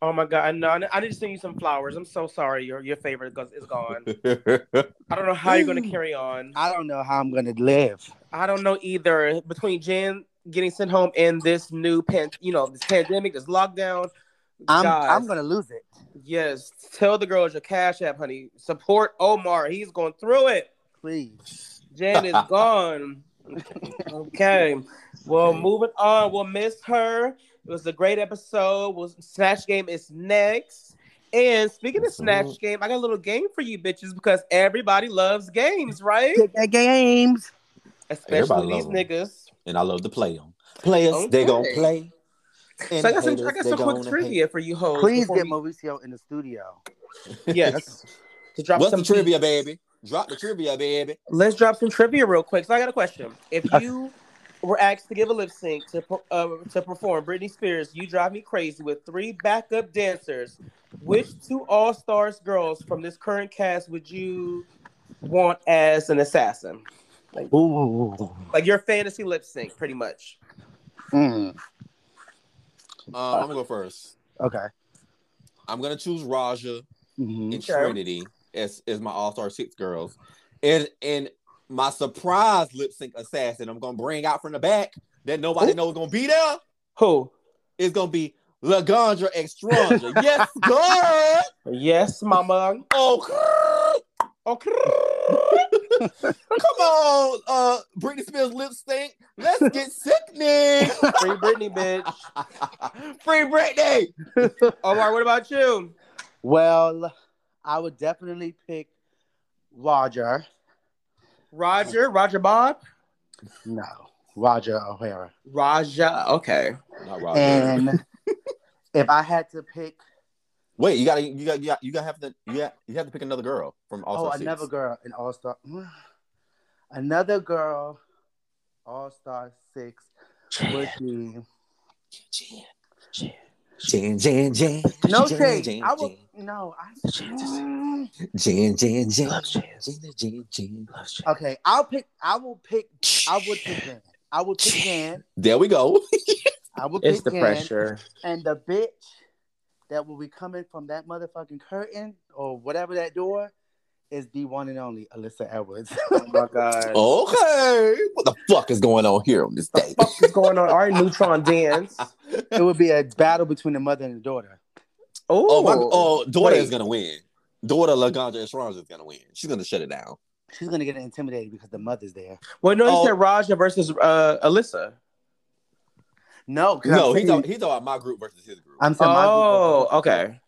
Speaker 1: Oh my God, I know. I- I need to send you some flowers. I'm so sorry. Your your favorite goes- is gone. I don't know how you're gonna carry on.
Speaker 3: I don't know how I'm gonna live.
Speaker 1: I don't know either. Between Jan getting sent home and this new pan, you know, this pandemic, this lockdown.
Speaker 3: I'm.
Speaker 1: guys,
Speaker 3: I'm gonna lose it.
Speaker 1: yes. Tell the girls your cash app, honey. Support Omar. He's going through it.
Speaker 3: please.
Speaker 1: Jan is gone. okay. Well, moving on. We'll miss her. It was a great episode. Well, Snatch Game is next. And speaking of Snatch Game, I got a little game for you bitches because everybody loves games, right?
Speaker 3: Get that games.
Speaker 1: Especially
Speaker 2: Everybody
Speaker 1: these
Speaker 2: love 'em.
Speaker 1: niggas.
Speaker 2: and I love to play them. Players, they gonna
Speaker 1: Okay.
Speaker 2: play. And
Speaker 1: So I got some,
Speaker 2: haters,
Speaker 1: I got
Speaker 2: they
Speaker 1: some quick
Speaker 2: gonna
Speaker 1: trivia for you hoes.
Speaker 3: Please
Speaker 1: before
Speaker 3: get
Speaker 1: we-
Speaker 3: Mauricio in the studio.
Speaker 2: hate.
Speaker 1: Yes. To drop
Speaker 2: What's
Speaker 1: some
Speaker 2: the trivia,
Speaker 1: beats.
Speaker 2: baby? Drop the trivia, baby.
Speaker 1: Let's drop some trivia real quick. So I got a question. If you were asked to give a lip sync to per- uh, to perform Britney Spears, "You Drive Me Crazy" with three backup dancers, which two All Stars girls from this current cast would you want as an assassin?
Speaker 3: Ooh.
Speaker 1: Like your fantasy lip sync, pretty much.
Speaker 3: Mm.
Speaker 2: Uh, I'm gonna go first.
Speaker 3: Okay.
Speaker 2: I'm gonna choose Raja
Speaker 3: Mhm.
Speaker 2: and
Speaker 1: Okay.
Speaker 2: Trinity as as my All Star Six girls, and and my surprise lip sync assassin. I'm gonna bring out from the back that nobody
Speaker 1: Ooh.
Speaker 2: knows gonna be there.
Speaker 1: Who?
Speaker 2: It's gonna be Lagandra Extranja. yes, girl.
Speaker 1: Yes, Mama.
Speaker 2: Oh,
Speaker 1: Okay.
Speaker 2: girl. come on, uh, Britney Spears lip sync. Let's get sickening.
Speaker 1: Free Britney, bitch.
Speaker 2: Free Britney.
Speaker 1: All right. What about you?
Speaker 3: Well, I would definitely pick Roger.
Speaker 1: Roger. Roger Bob.
Speaker 3: No, Roger O'Hara.
Speaker 1: Raja. Okay.
Speaker 2: Not Roger.
Speaker 3: And if I had to pick,
Speaker 2: Wait, you gotta, you gotta, you gotta, you gotta have to, you got you have to pick another girl from All
Speaker 3: oh,
Speaker 2: Star
Speaker 3: another girl in All Star, another girl, All Star Six would be
Speaker 2: Jan, Jan, Jan.
Speaker 3: no
Speaker 2: Jan,
Speaker 3: shade.
Speaker 2: Jan,
Speaker 3: I would
Speaker 2: Jan.
Speaker 3: no. I,
Speaker 2: Jan, Jan, Jan. Jan, Jan, Jan.
Speaker 3: okay, I'll pick. I will pick. I would pick Jan. I would pick Jan.
Speaker 2: There we go.
Speaker 3: I would pick
Speaker 1: It's the
Speaker 3: Jan.
Speaker 1: pressure.
Speaker 3: And the bitch that will be coming from that motherfucking curtain or whatever that door is the one and only Alyssa Edwards.
Speaker 1: Oh my god.
Speaker 2: Okay. What the fuck is going on here on this day?
Speaker 1: fuck is going on? All right, Neutron Dance.
Speaker 3: it would be a battle between the mother and the daughter.
Speaker 2: Oh, my, oh, daughter
Speaker 1: Wait.
Speaker 2: is gonna win. Daughter Laganja Estranja is gonna win. She's gonna shut it down.
Speaker 3: She's gonna get intimidated because the mother's there.
Speaker 1: Well, no, you
Speaker 2: oh.
Speaker 1: said Raja versus uh, Alyssa.
Speaker 3: No, 'cause
Speaker 2: No,
Speaker 3: I'm
Speaker 2: he
Speaker 3: saying,
Speaker 2: thought he thought my group versus his group.
Speaker 3: I'm saying my
Speaker 1: Oh,
Speaker 3: group of-
Speaker 1: okay.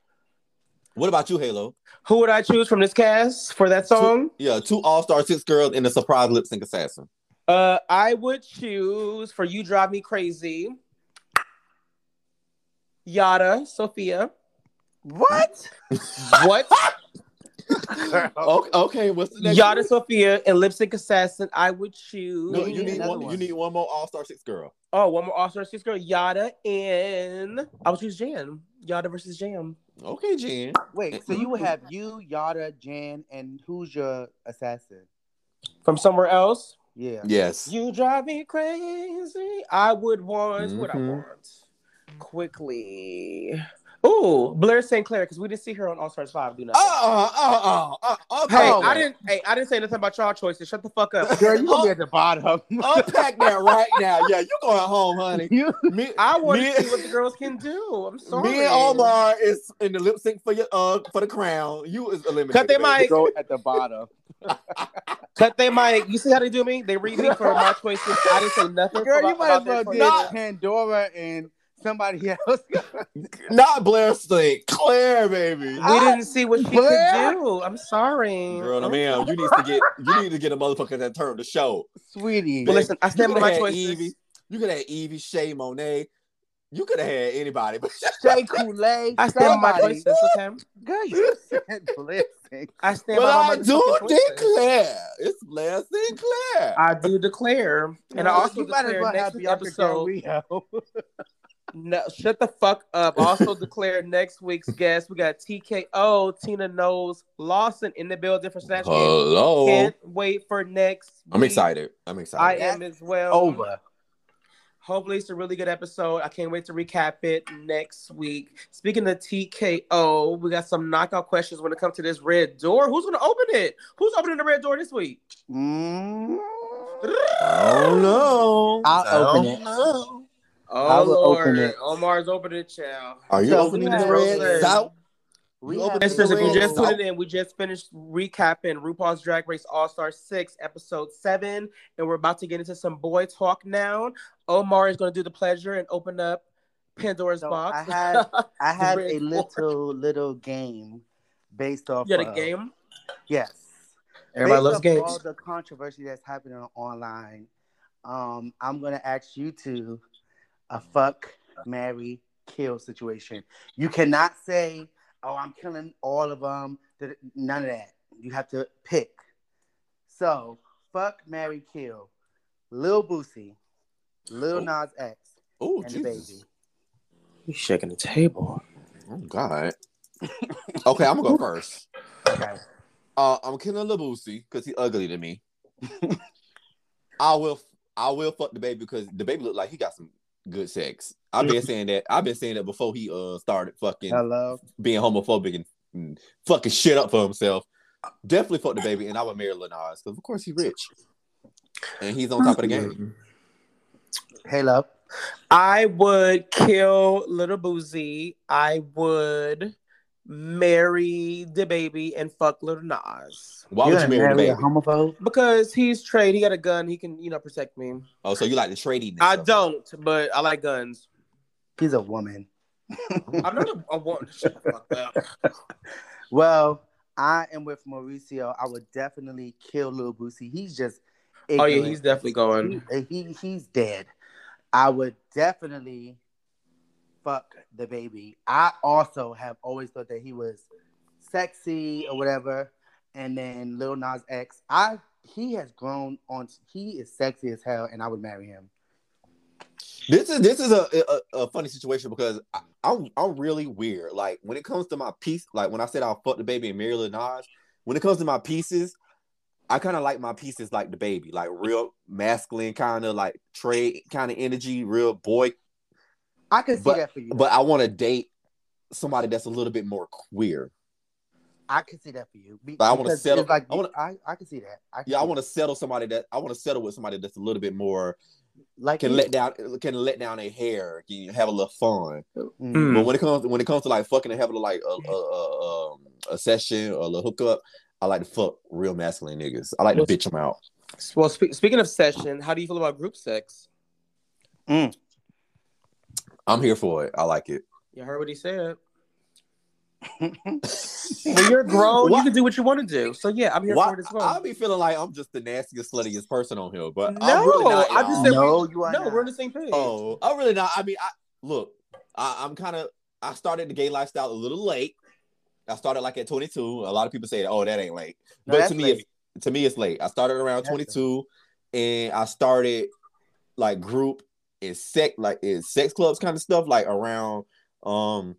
Speaker 2: what about you, Halo?
Speaker 1: Who would I choose from this cast for that song?
Speaker 2: Yeah, two All Star Six girls and a surprise lip sync assassin.
Speaker 1: Uh, I would choose for "You Drive Me Crazy." Yada, Sophia.
Speaker 3: What?
Speaker 1: What?
Speaker 2: Okay, okay, what's the next?
Speaker 1: Yada,
Speaker 2: one?
Speaker 1: Sophia, and Lip Sync Assassin. I would choose.
Speaker 2: No, you need
Speaker 3: Another
Speaker 2: one.
Speaker 3: one.
Speaker 2: You need one more All Star Six girl.
Speaker 1: Oh, one more All Star Six girl. Yada and I would choose Jam. Yada versus Jam.
Speaker 2: Okay, Jen.
Speaker 3: Wait, so you would have you, Yada, Jan, and who's your assassin?
Speaker 1: From somewhere else.
Speaker 3: Yeah.
Speaker 2: Yes.
Speaker 1: You drive me crazy. I would want what I
Speaker 2: Mhm.
Speaker 1: want quickly. Ooh, Blair St. Clair, because we didn't see her on All Stars Five. Do nothing.
Speaker 2: Oh, oh, oh, oh,
Speaker 1: hey,
Speaker 2: okay.
Speaker 1: I didn't. Hey, I didn't say nothing about y'all choices. Shut the fuck up.
Speaker 3: Girl, you gonna be at the bottom.
Speaker 2: Unpack that right now. Yeah, you going home, honey.
Speaker 3: you
Speaker 2: Me,
Speaker 1: I want
Speaker 2: Me-
Speaker 1: to see what the girls can do. I'm sorry.
Speaker 2: me and Omar is in the lip sync for your uh for the crown. You is eliminated.
Speaker 1: Cut their
Speaker 2: baby.
Speaker 1: mic.
Speaker 3: go at the bottom.
Speaker 1: Cut they mic. You see how they do me? They read me for my choices. I didn't say nothing.
Speaker 3: Girl,
Speaker 1: about-
Speaker 3: you might as
Speaker 1: about
Speaker 3: well
Speaker 1: their
Speaker 3: did
Speaker 1: choices.
Speaker 3: Pandora and somebody else.
Speaker 2: Not Blair Stink, Claire, baby.
Speaker 1: We didn't see what she
Speaker 3: Blair.
Speaker 1: could do. I'm sorry.
Speaker 2: Girl, no, ma'am, you need to get you need to get a motherfucker that turned the show.
Speaker 3: Sweetie.
Speaker 1: well, listen, I
Speaker 2: You
Speaker 1: stand
Speaker 2: could
Speaker 1: by
Speaker 2: have
Speaker 1: my
Speaker 2: had
Speaker 1: choices.
Speaker 2: Evie. You could have had Evie, Shay, Monet. You could have had anybody, but
Speaker 3: Jay Kool-Aid.
Speaker 1: I stand by my
Speaker 3: somebody.
Speaker 1: choices. Okay,
Speaker 3: Girl, you said blessing.
Speaker 1: I stand
Speaker 2: Well,
Speaker 1: by my
Speaker 2: I do
Speaker 1: motherfucking choices.
Speaker 2: declare. It's Blair Sinclair.
Speaker 1: I do declare, and I also
Speaker 3: you might as
Speaker 1: declare
Speaker 3: well
Speaker 1: next
Speaker 3: have
Speaker 1: week
Speaker 3: Bianca Del
Speaker 1: episode.
Speaker 3: Rio.
Speaker 1: No, shut the fuck up. Also declare next week's guest. We got TKO, Tina Knows, Lawson in the building for Snatch Game.
Speaker 2: Hello.
Speaker 3: Oh.
Speaker 1: Can't wait for next.
Speaker 2: I'm
Speaker 1: week.
Speaker 2: excited. I'm
Speaker 1: I
Speaker 2: excited.
Speaker 1: am as well.
Speaker 3: Over.
Speaker 1: Hopefully, it's a really good episode. I can't wait to recap it next week. Speaking of TKO, we got some knockout questions when it comes to this red door. Who's going to open it? Who's opening the red door this week?
Speaker 3: Mm,
Speaker 2: Oh no.
Speaker 3: I'll open it.
Speaker 1: Oh,
Speaker 3: I will
Speaker 1: Lord.
Speaker 3: open it.
Speaker 1: Omar's opening it, child.
Speaker 2: Are you
Speaker 3: So
Speaker 2: opening
Speaker 3: we
Speaker 2: the
Speaker 3: have-
Speaker 2: red out?
Speaker 1: We Listeners, if you just put it in, we just finished recapping RuPaul's Drag Race All Star 6, episode 7, and we're about to get into some boy talk now. Omar is going to do the pleasure and open up Pandora's
Speaker 3: So I
Speaker 1: box.
Speaker 3: had I had
Speaker 1: Red
Speaker 3: a
Speaker 1: Bull.
Speaker 3: little little game based off.
Speaker 1: you had a
Speaker 3: of-
Speaker 1: game.
Speaker 3: Yes.
Speaker 1: uh, Everybody
Speaker 3: Based
Speaker 1: loves
Speaker 3: off
Speaker 1: games.
Speaker 3: All the controversy that's happening online. Um, I'm gonna ask you to a fuck, marry, kill situation. You cannot say, "Oh, I'm killing all of them." None of that. You have to pick. So, fuck, marry, kill. Lil Boosie, Lil
Speaker 2: Oh.
Speaker 3: Nas X,
Speaker 2: Oh,
Speaker 3: and the
Speaker 2: Jesus.
Speaker 3: baby.
Speaker 1: He's shaking the table.
Speaker 2: Oh, God. okay, I'm going to go first.
Speaker 3: Okay.
Speaker 2: Uh, I'm killing Labusi because he's ugly to me. I will I will fuck the baby because the baby look like he got some good sex. I've been saying that. I've been saying that before he uh started fucking
Speaker 3: Hello.
Speaker 2: being homophobic and, and fucking shit up for himself. Definitely fuck the baby, and I would marry Lil Nas because of course he's rich, and he's on top of the game.
Speaker 3: Hey, love.
Speaker 1: I would kill Little Boozy. I would marry the baby and fuck Little Nas.
Speaker 2: Why would you marry the
Speaker 3: marry a
Speaker 2: baby?
Speaker 3: homophobe?
Speaker 1: Because he's trade, he got a gun, he can, you know, protect me.
Speaker 2: Oh, so you like the trading? and
Speaker 1: I
Speaker 2: stuff.
Speaker 1: don't, but I like guns.
Speaker 3: He's a woman.
Speaker 1: I'm not a, a woman. Shut the fuck up.
Speaker 3: Well, I am with Mauricio. I would definitely kill Lil Boosie. He's just
Speaker 1: Oh
Speaker 3: ignorant.
Speaker 1: yeah, he's definitely going.
Speaker 3: he, eh, he- he's dead. I would definitely fuck the baby. I also have always thought that he was sexy or whatever. And then Lil Nas X, I he has grown on. He is sexy as hell, and I would marry him.
Speaker 2: This is this is a, a, a funny situation because I, I'm I'm really weird. Like when it comes to my piece, like when I said I'll fuck the baby and marry Lil Nas, when it comes to my pieces, I kind of like my pieces like the baby, like real masculine kind of like trade kind of energy, real boy.
Speaker 3: I could see
Speaker 2: But-
Speaker 3: that for you.
Speaker 2: But I want to date somebody that's a little bit more queer.
Speaker 3: I could see that for you. Be-
Speaker 2: But I wanna
Speaker 3: because it's
Speaker 2: settle-
Speaker 3: Like,
Speaker 2: I wanna-
Speaker 3: I, I could see that. I could
Speaker 2: Yeah, I
Speaker 3: see
Speaker 2: want to settle somebody that I want to settle with somebody that's a little bit more
Speaker 3: that. like
Speaker 2: can
Speaker 3: you.
Speaker 2: let down can let down their hair, can have a little fun.
Speaker 3: Mm.
Speaker 1: Hmm.
Speaker 2: But when it comes when it comes to like fucking and having like a a, a, um, a session or a little hookup, I like to fuck real masculine niggas. I like to bitch them out.
Speaker 1: Well, spe- speaking of session, how do you feel about group sex?
Speaker 2: I'm here for it. I like it.
Speaker 1: You heard what he said. When you're grown,
Speaker 2: Why-
Speaker 1: you can do what you want to do. So yeah, I'm here
Speaker 2: Why,
Speaker 1: for it as well.
Speaker 2: I'll be feeling like I'm just the nastiest, sluttiest person on here, but
Speaker 1: No,
Speaker 2: I'm really not.
Speaker 1: I
Speaker 2: I
Speaker 1: just
Speaker 2: just
Speaker 1: said-
Speaker 3: No, you are
Speaker 1: no,
Speaker 3: not.
Speaker 1: we're on the same page.
Speaker 2: oh, I'm really not. I mean, I look. I, I'm kind of. I started the gay lifestyle a little late. I started like at 22. A lot of people say, "Oh, that ain't late,"
Speaker 3: No,
Speaker 2: but
Speaker 3: that's
Speaker 2: to me,
Speaker 3: late.
Speaker 2: it's to me, it's late. I started around
Speaker 3: That's late.
Speaker 2: 22, and I started like group and sex, like in sex clubs kind of stuff, like around um,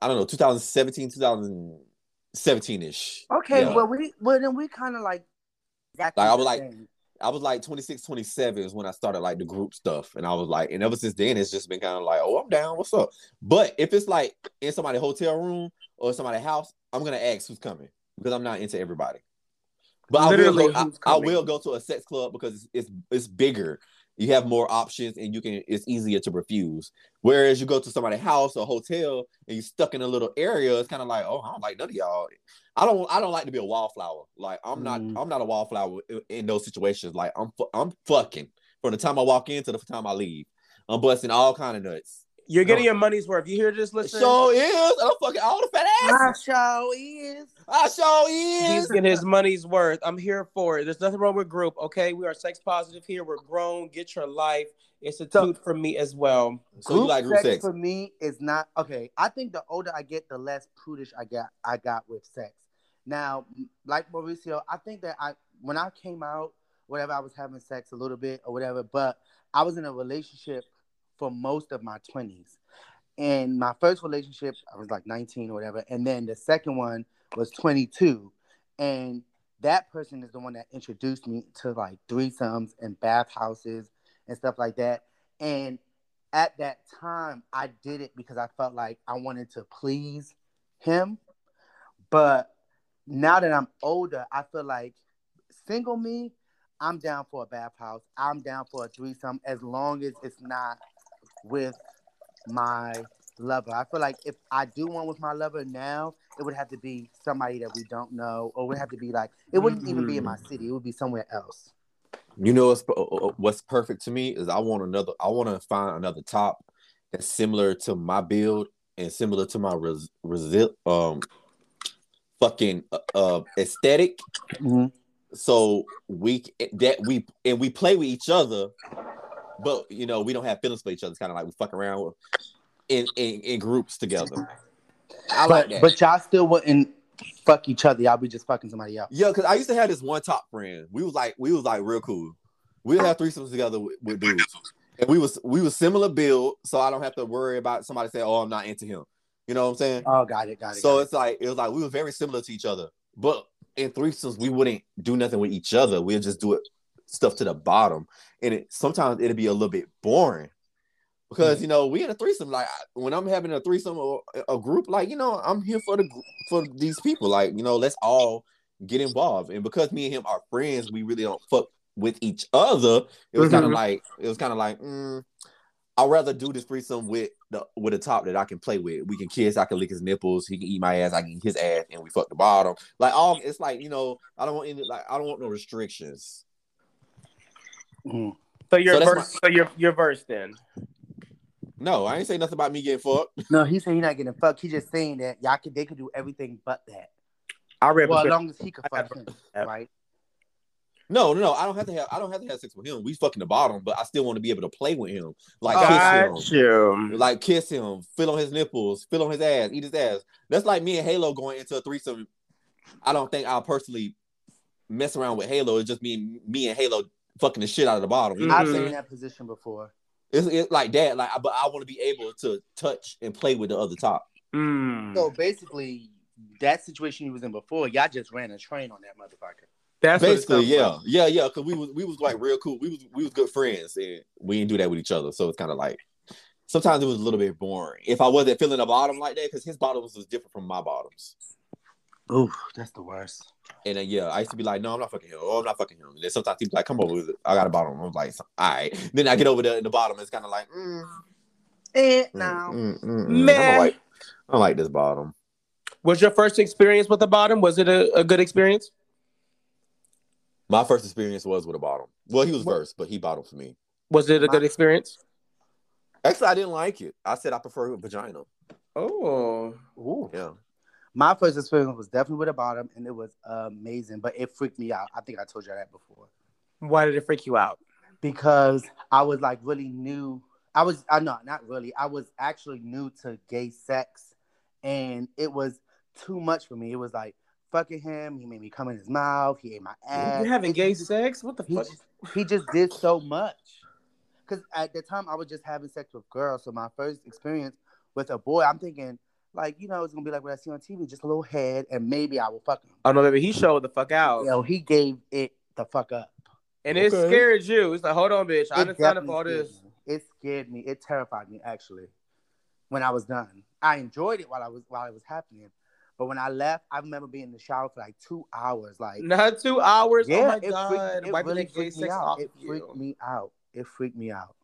Speaker 2: I don't know, 2017, 2017 ish.
Speaker 3: Okay,
Speaker 2: Yeah.
Speaker 3: well we well then we kind of like exactly
Speaker 2: Like, I
Speaker 3: the
Speaker 2: would like-
Speaker 3: same.
Speaker 2: I was like 26, 27 is when I started like the group stuff. And I was like, and ever since then, it's just been kind of like, oh, I'm down. What's up? But if it's like in somebody's hotel room or somebody's house, I'm going to ask who's coming because I'm not into everybody. But I will,
Speaker 1: Literally,
Speaker 2: go, I,
Speaker 1: who's
Speaker 2: I
Speaker 1: coming.
Speaker 2: will go to a sex club because it's, it's it's bigger. You have more options and you can it's easier to refuse. Whereas you go to somebody's house or hotel and you're stuck in a little area, it's kind of like, oh, I don't like none of y'all. I don't I don't like to be a wallflower. Like I'm not
Speaker 3: Mm.
Speaker 2: I'm not a wallflower i- in those situations. Like I'm fu- I'm fucking from the time I walk in to the time I leave. I'm busting all kind of nuts.
Speaker 1: You're getting your money's worth. You hear this? Listen,
Speaker 2: Show is I'm fucking all the fat
Speaker 3: My
Speaker 2: ass.
Speaker 3: show is
Speaker 2: I show
Speaker 1: he's
Speaker 2: is.
Speaker 1: getting his money's worth. I'm here for it. There's nothing wrong with group. Okay, we are sex positive here. We're grown. Get your life. It's a toot for me as well.
Speaker 2: So you like group sex?
Speaker 3: for me is not okay. I think the older I get, the less prudish I got. I got with sex. Now, m- like Mauricio, I think that I when I came out, whatever, I was having sex a little bit or whatever, but I was in a relationship for most of my twenties. And my first relationship, I was like 19 or whatever, and then the second one was 22, and that person is the one that introduced me to like threesomes and bathhouses and stuff like that. And at that time, I did it because I felt like I wanted to please him. But now that I'm older, I feel like single me, I'm down for a bathhouse. I'm down for a threesome as long as it's not with my lover. I feel like if I do one with my lover now, it would have to be somebody that we don't know, or it would have to be like it wouldn't even be in my city. It would be somewhere else.
Speaker 2: You know what's uh, what's perfect to me is I want another. I want to find another top that's similar to my build and similar to my res, resi- um fucking uh, uh, aesthetic.
Speaker 3: Mhm.
Speaker 2: So we c- that we and we play with each other, but you know we don't have feelings for each other. It's kind of like we fuck around with, in, in in groups together. I like
Speaker 3: but
Speaker 2: that.
Speaker 3: but y'all still wouldn't fuck each other. Y'all be just fucking somebody else.
Speaker 2: Yeah, because I used to have this one top friend. We was like, we was like real cool. We would have threesomes together with, with dudes, and we was we was similar build, so I don't have to worry about somebody saying, "Oh, I'm not into him." You know what I'm saying?
Speaker 3: Oh, got it, got it.
Speaker 2: so
Speaker 3: got it.
Speaker 2: it's like it was like we were very similar to each other, but in threesomes we wouldn't do nothing with each other. We'll just do it stuff to the bottom, and it sometimes it'd be a little bit boring
Speaker 3: Mm.
Speaker 2: because you know we in a threesome. Like I- when I'm having a threesome or a group, like you know I'm here for the gr- for these people. Like you know let's all get involved, and because me and him are friends, we really don't fuck with each other. It was kind of
Speaker 1: Mhm.
Speaker 2: like it was kind of like. Mm, I'd rather do this threesome with the with a top that I can play with. We can kiss, I can lick his nipples, he can eat my ass, I can eat his ass, and we fuck the bottom. Like all it's like, you know, I don't want any like I don't want no restrictions.
Speaker 3: Mm.
Speaker 1: So your
Speaker 2: So that's
Speaker 1: verse, so your your verse then.
Speaker 2: No, I ain't say nothing about me getting fucked.
Speaker 3: No, he said he's not getting fucked. He just saying that y'all could they could do everything but that.
Speaker 1: I read
Speaker 3: Well, as
Speaker 1: between-
Speaker 3: long as he could fuck him, right?
Speaker 2: No, no, no. I don't have to have I don't have to have sex with him. We fucking the bottom, but I still want to be able to play with him. Like
Speaker 3: Oh,
Speaker 2: kiss him.
Speaker 1: Got you.
Speaker 2: Like kiss him, feel on his nipples, feel on his ass, eat his ass. That's like me and Halo going into a threesome. I don't think I'll personally mess around with Halo. It's just me, me and Halo fucking the shit out of the bottom. You know what I'm
Speaker 3: I've
Speaker 1: Mm-hmm.
Speaker 3: been
Speaker 2: saying?
Speaker 3: in that position before.
Speaker 2: It's, it's like that, like, I- but I want to be able to touch and play with the other top.
Speaker 1: Mm.
Speaker 3: So basically, that situation you was in before, y'all just ran a train on that motherfucker.
Speaker 1: that's what it
Speaker 2: Basically,
Speaker 1: sounds
Speaker 2: yeah,
Speaker 1: like.
Speaker 2: yeah, yeah. Because we was we was like real cool. We was we was good friends, and we didn't do that with each other. So it's kind of like sometimes it was a little bit boring. If I wasn't feeling the bottom like that, because his bottoms was different from my bottoms.
Speaker 3: Ooh, that's the worst.
Speaker 2: And then, yeah, I used to be like, no, I'm not fucking him. Oh, I'm not fucking him. And then sometimes people like, come over, with it. I got a bottom. I'm like, all right. Then I get over there in the bottom. It's kind of like, mm,
Speaker 3: Eh,
Speaker 2: mm,
Speaker 3: no.
Speaker 2: mm, mm, mm. I
Speaker 1: Man.
Speaker 2: don't like, I don't like this bottom.
Speaker 1: Was your first experience with the bottom? Was it a, a good experience?
Speaker 2: My first experience was with a bottom. Well, he was
Speaker 1: What-
Speaker 2: first, but he bottom for me.
Speaker 1: Was it a good experience?
Speaker 2: Actually, I didn't like it. I said I prefer vagina.
Speaker 1: Oh.
Speaker 3: Ooh.
Speaker 2: Yeah.
Speaker 3: My first experience was definitely with a bottom, and it was amazing, but it freaked me out. I think I told y'all that before.
Speaker 1: Why did it freak you out?
Speaker 3: because I was like really new. I was I no, not really. I was actually new to gay sex and it was too much for me. It was like fucking him, he made me come in his mouth, he ate my ass.
Speaker 1: You having
Speaker 3: It
Speaker 1: gay
Speaker 3: just-
Speaker 1: sex? What the
Speaker 3: Uh, He
Speaker 1: fuck?
Speaker 3: just, he just did so much. Cause at the time I was just having sex with girls. So my first experience with a boy, I'm thinking, like, you know, it's gonna be like what I see on TV, just a little head, and maybe I will fuck him.
Speaker 1: Oh no, baby, he showed the fuck out,
Speaker 3: You know, he gave it the fuck up.
Speaker 1: and it
Speaker 2: Okay.
Speaker 1: scared you. It's like, hold on, bitch, I didn't
Speaker 3: It
Speaker 1: sign up
Speaker 3: definitely
Speaker 1: for all
Speaker 3: scared
Speaker 1: this.
Speaker 3: me. It scared me. It terrified me actually. When I was done, I enjoyed it while I was while it was happening, but when I left, I remember being in the shower for like two hours. Like,
Speaker 1: Not two hours.
Speaker 3: yeah,
Speaker 1: oh my
Speaker 3: it freaked-
Speaker 1: god,
Speaker 3: it
Speaker 1: wiping
Speaker 3: really
Speaker 1: that gay
Speaker 3: freaked me
Speaker 1: sex
Speaker 3: out.
Speaker 1: off
Speaker 3: It
Speaker 1: of you.
Speaker 3: freaked me out. It freaked me out.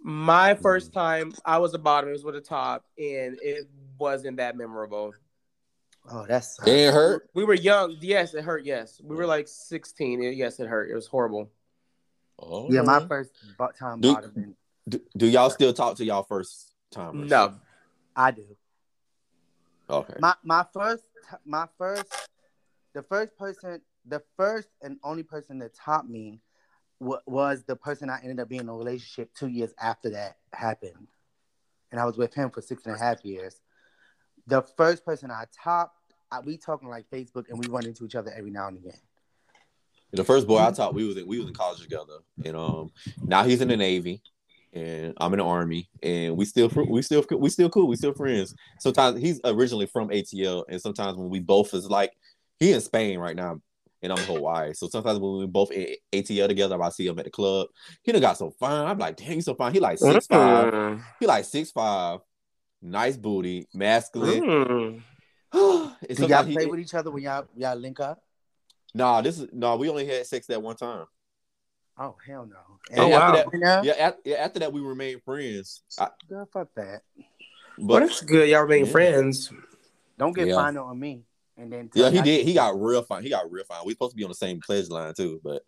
Speaker 1: My first time, I was a bottom, it was with a top, and it wasn't that memorable.
Speaker 3: Oh, that's
Speaker 2: It ain't hurt.
Speaker 1: We were young. Yes, it hurt. Yes, we were like sixteen. It- yes, it hurt. It was horrible.
Speaker 2: Oh,
Speaker 3: yeah.
Speaker 1: Mm-hmm.
Speaker 3: My first bu- time
Speaker 2: Do-
Speaker 3: bottoming,
Speaker 2: do, do y'all still talk to y'all first time?
Speaker 1: No,
Speaker 3: I do.
Speaker 2: Okay.
Speaker 3: My my first t- my first the first person the first and only person that taught me wa was the person I ended up being in a relationship two years after that happened, and I was with him for six and a half years. The first person I topped, I, we talking like Facebook, and we run into each other every now and again.
Speaker 2: The first boy I taught, we was in, we was in college together, and um, now he's in the navy, and I'm in the army, and we still fr- we still we still cool, we still friends. Sometimes he's originally from ATL, and sometimes when we both is like he in Spain right now, and I'm in Hawaii, so sometimes when we both in ATL together, I see him at the club. He done got so fine. I'm like, dang, he's so fine. He like six five.
Speaker 1: Mm.
Speaker 2: He like six five. Nice booty, masculine.
Speaker 1: Mm.
Speaker 2: And
Speaker 3: Do y'all
Speaker 2: sometimes Mm-hmm. he-
Speaker 3: play with each other when y'all y'all link up?
Speaker 2: Nah, this is nah. We only had sex that one time.
Speaker 3: Oh hell no!
Speaker 2: Oh,
Speaker 3: And
Speaker 2: wow.
Speaker 3: after that,
Speaker 2: Yeah, at, yeah. After that, we remained friends. I,
Speaker 3: Girl, fuck that.
Speaker 1: But
Speaker 2: But
Speaker 1: that's good. Y'all remain
Speaker 2: Yeah.
Speaker 1: friends.
Speaker 3: Don't get
Speaker 2: Yeah.
Speaker 3: final on me. And then
Speaker 2: yeah, he did. He got real fine. He got real fine. We supposed to be on the same pledge line too, but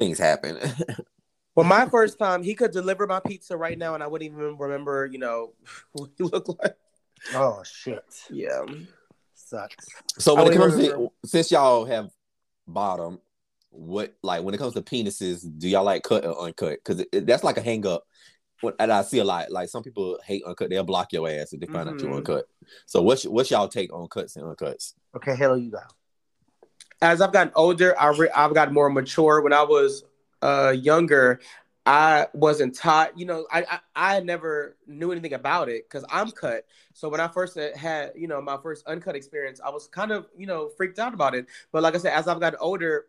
Speaker 2: things happen.
Speaker 1: Well, my first time, he could deliver my pizza right now, and I wouldn't even remember, you know, what he looked like.
Speaker 3: Oh shit.
Speaker 1: Yeah.
Speaker 3: Sucks.
Speaker 2: so
Speaker 1: I
Speaker 2: when it
Speaker 1: wouldn't
Speaker 2: comes to
Speaker 1: remember.
Speaker 2: since y'all have bottom, what like when it comes to penises, do y'all like cut or uncut? Because that's like a hang up. What and I see a lot. Like some people hate uncut. They'll block your ass if they find out you
Speaker 1: Mhm.
Speaker 2: uncut. So what's what's y'all take on cuts and uncuts?
Speaker 3: Okay, hello, you go.
Speaker 1: As I've gotten older, I re- I've gotten more mature. When I was uh, younger, I wasn't taught, you know, I I, I never knew anything about it because I'm cut. So when I first had, you know, my first uncut experience, I was kind of, you know, freaked out about it. But like I said, as I've gotten older,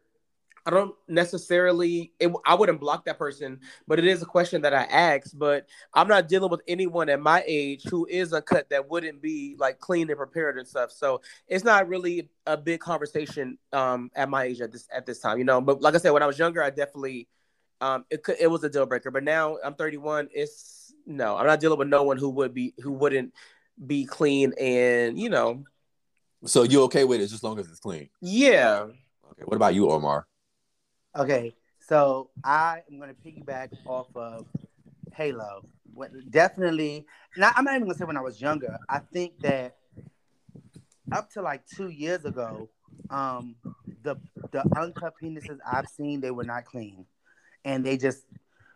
Speaker 1: I don't necessarily. It, I wouldn't block that person, but it is a question that I ask. But I'm not dealing with anyone at my age who is uncut that wouldn't be like clean and prepared and stuff. So it's not really a big conversation um, at my age at this at this time, you know. But like I said, when I was younger, I definitely um, it could, it was a deal breaker. But now I'm 31. It's no, I'm not dealing with no one who would be who wouldn't be clean and you know,
Speaker 2: So you okay with it just as long as it's clean?
Speaker 1: yeah.
Speaker 2: Okay. What about you, Omar?
Speaker 3: Okay, so I am gonna piggyback off of Halo. What definitely now I'm not even gonna say when I was younger. I think that up to like two years ago, um, the the uncut penises I've seen they were not clean, and they just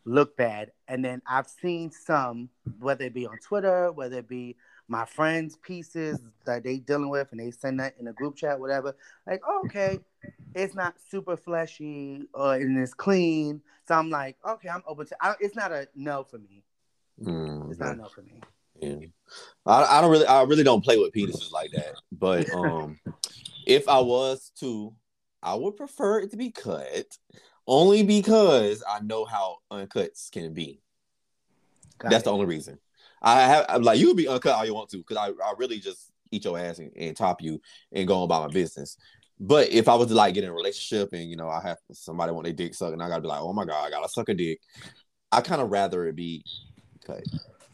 Speaker 3: look bad. And then I've seen some, whether it be on Twitter, whether it be my friends' pieces that they dealing with, and they send that in a group chat, whatever. Like, oh, okay, it's not super fleshy or and it's clean. So I'm like, okay, I'm open to. I, it's not a no for me.
Speaker 2: Mm,
Speaker 3: It's not a no for me.
Speaker 2: Yeah. I, I don't really I really don't play with penises like that. But um if I was to, I would prefer it to be cut only because I know how uncuts can be.
Speaker 3: Got
Speaker 2: That's
Speaker 3: it.
Speaker 2: the only reason. I have I'm like you can be uncut all you want to because I, I really just eat your ass and, and top you and go on about my business. But if I was to like get in a relationship and you know I have somebody want their dick sucked and I gotta be like, oh my god, I gotta suck a dick. I kind of rather it be cut.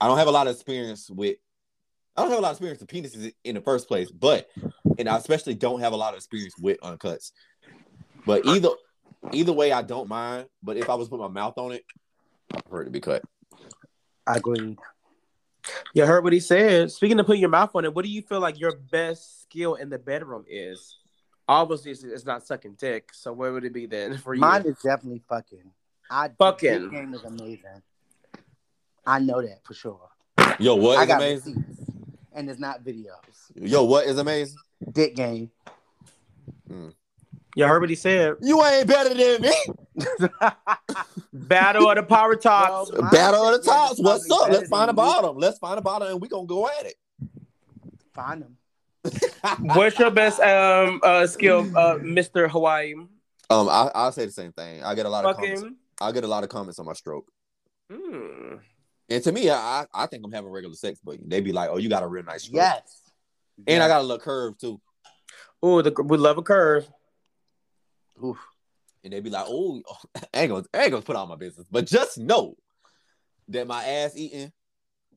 Speaker 2: I don't have a lot of experience with I don't have a lot of experience with penises in the first place, but and I especially don't have a lot of experience with uncuts. But either either way, I don't mind. But if I was to put my mouth on it, I prefer it to be cut.
Speaker 3: I agree.
Speaker 1: You heard what he said. Speaking of putting your mouth on it, what do you feel like your best skill in the bedroom is? Obviously, it's, it's not sucking dick. So what would it be then for you?
Speaker 3: Mine is definitely fucking. I
Speaker 1: Fucking.
Speaker 3: dick game is amazing. I know that for sure.
Speaker 2: Yo, what
Speaker 3: I
Speaker 2: is
Speaker 3: got
Speaker 2: amazing?
Speaker 3: receipts, and it's not videos.
Speaker 2: Yo, what is amazing?
Speaker 3: Dick game.
Speaker 1: you heard what he said.
Speaker 2: You ain't better than me.
Speaker 1: Battle of the power tops.
Speaker 3: Well, my
Speaker 2: Battle of
Speaker 3: dick
Speaker 2: the
Speaker 3: game
Speaker 2: tops.
Speaker 3: is
Speaker 2: What's
Speaker 3: probably
Speaker 2: up? Let's
Speaker 3: better
Speaker 2: find a
Speaker 3: than you.
Speaker 2: bottom. Let's find a bottom, and we gonna go at it.
Speaker 3: Find them.
Speaker 1: What's your best um uh skill, uh, Mister Hawaii?
Speaker 2: Um, I I'll say the same thing. I get a lot of comments.
Speaker 1: Fucking.
Speaker 2: I get a lot of comments on my stroke.
Speaker 1: Mm.
Speaker 2: And to me, I I- I think I'm having regular sex, but they be like, "Oh, you got a real nice stroke."
Speaker 3: Yes.
Speaker 2: And I got a little curve too.
Speaker 1: Oh, the we love a curve.
Speaker 3: Oof.
Speaker 2: And they be like, "Oh, I ain't gonna I ain't gonna put out my business." But just know that my ass eating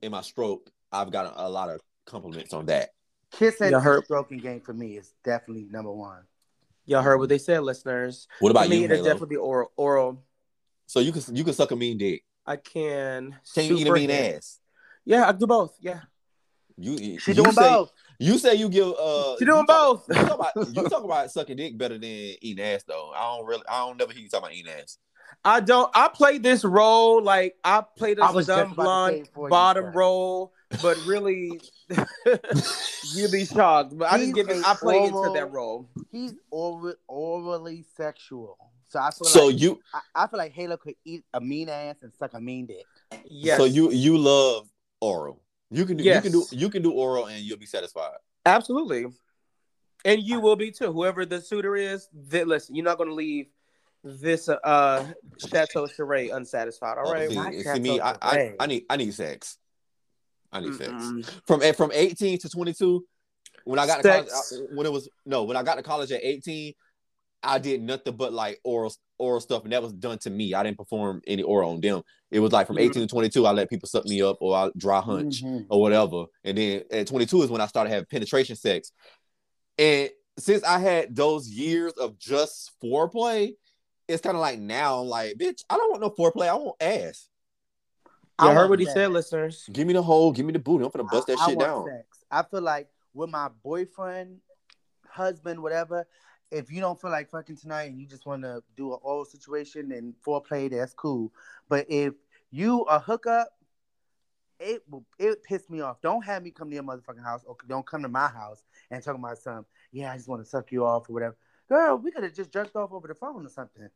Speaker 2: and my stroke, I've got a, a lot of compliments on that.
Speaker 3: Kissing
Speaker 1: Yeah,
Speaker 3: and
Speaker 1: her-
Speaker 3: stroking game for me is definitely number one.
Speaker 1: Y'all heard what they said, listeners.
Speaker 2: What about
Speaker 1: For me,
Speaker 2: you,
Speaker 1: it'll
Speaker 2: Halo?
Speaker 1: definitely be oral. Oral.
Speaker 2: So you can you can suck a mean dick.
Speaker 1: I can.
Speaker 2: Can you eat a
Speaker 1: super
Speaker 2: mean
Speaker 1: hit.
Speaker 2: ass?
Speaker 1: Yeah, I do both. Yeah,
Speaker 2: You
Speaker 3: She
Speaker 2: you
Speaker 3: doing
Speaker 2: say,
Speaker 3: both.
Speaker 2: You say you give uh
Speaker 1: she doing
Speaker 2: you talk-
Speaker 1: both.
Speaker 2: You talk, about, you talk about sucking dick better than eating ass though. I don't really I don't never hear you talk about eating ass.
Speaker 1: I don't. I played this role like I played
Speaker 3: I
Speaker 1: this
Speaker 3: was just
Speaker 1: dumb
Speaker 3: about to say
Speaker 1: blonde
Speaker 3: it for you,
Speaker 1: bottom
Speaker 3: sir.
Speaker 1: role, but really, you'd be shocked. But I
Speaker 3: He's
Speaker 1: just give it.
Speaker 3: a
Speaker 1: I play into
Speaker 3: oral-
Speaker 1: that role.
Speaker 3: He's oral, orally sexual, so I feel
Speaker 2: So
Speaker 3: like
Speaker 2: you
Speaker 3: I, I feel like Halo could eat a mean ass and suck a mean dick.
Speaker 1: Yes.
Speaker 2: so you you love oral. You can do
Speaker 1: Yes.
Speaker 2: you can do you can do oral and you'll be satisfied.
Speaker 1: absolutely, and you will be too. Whoever the suitor is, that listen, you're not going to leave this uh chateau charade unsatisfied. All right.
Speaker 2: See,
Speaker 3: my
Speaker 2: see
Speaker 3: cat's
Speaker 2: me,
Speaker 3: on
Speaker 2: I,
Speaker 3: the
Speaker 2: I
Speaker 3: way.
Speaker 2: I need I need sex. I need sex.
Speaker 1: Mm-mm.
Speaker 2: From eh, from 18 to 22, when I got to college,
Speaker 1: Sex.
Speaker 2: I- when it was no, when I got to college at 18, I did nothing but like oral oral stuff, and that was done to me. I didn't perform any oral on them. It was like from
Speaker 3: Mm-hmm.
Speaker 2: 18 to 22, I let people suck me up or I dry hunch
Speaker 3: Mhm.
Speaker 2: or whatever. And then at 22 is when I started having penetration sex. And since I had those years of just foreplay, it's kind of like now I'm like, bitch, I don't want no foreplay. I want ass.
Speaker 1: I heard
Speaker 3: want
Speaker 1: what he
Speaker 3: sex.
Speaker 1: said, listeners.
Speaker 2: Give me the hole. Give me the booty. I'm gonna bust that
Speaker 3: I
Speaker 2: shit
Speaker 3: want
Speaker 2: down.
Speaker 3: sex. I feel like with my boyfriend, husband, whatever, if you don't feel like fucking tonight and you just want to do an oral situation and foreplay, that's cool. But if you a hookup, it will it piss me off. Don't have me come to your motherfucking house or don't come to my house and talk about some. Yeah, I just want to suck you off or whatever. Girl, we could have just jerked off over the phone or something.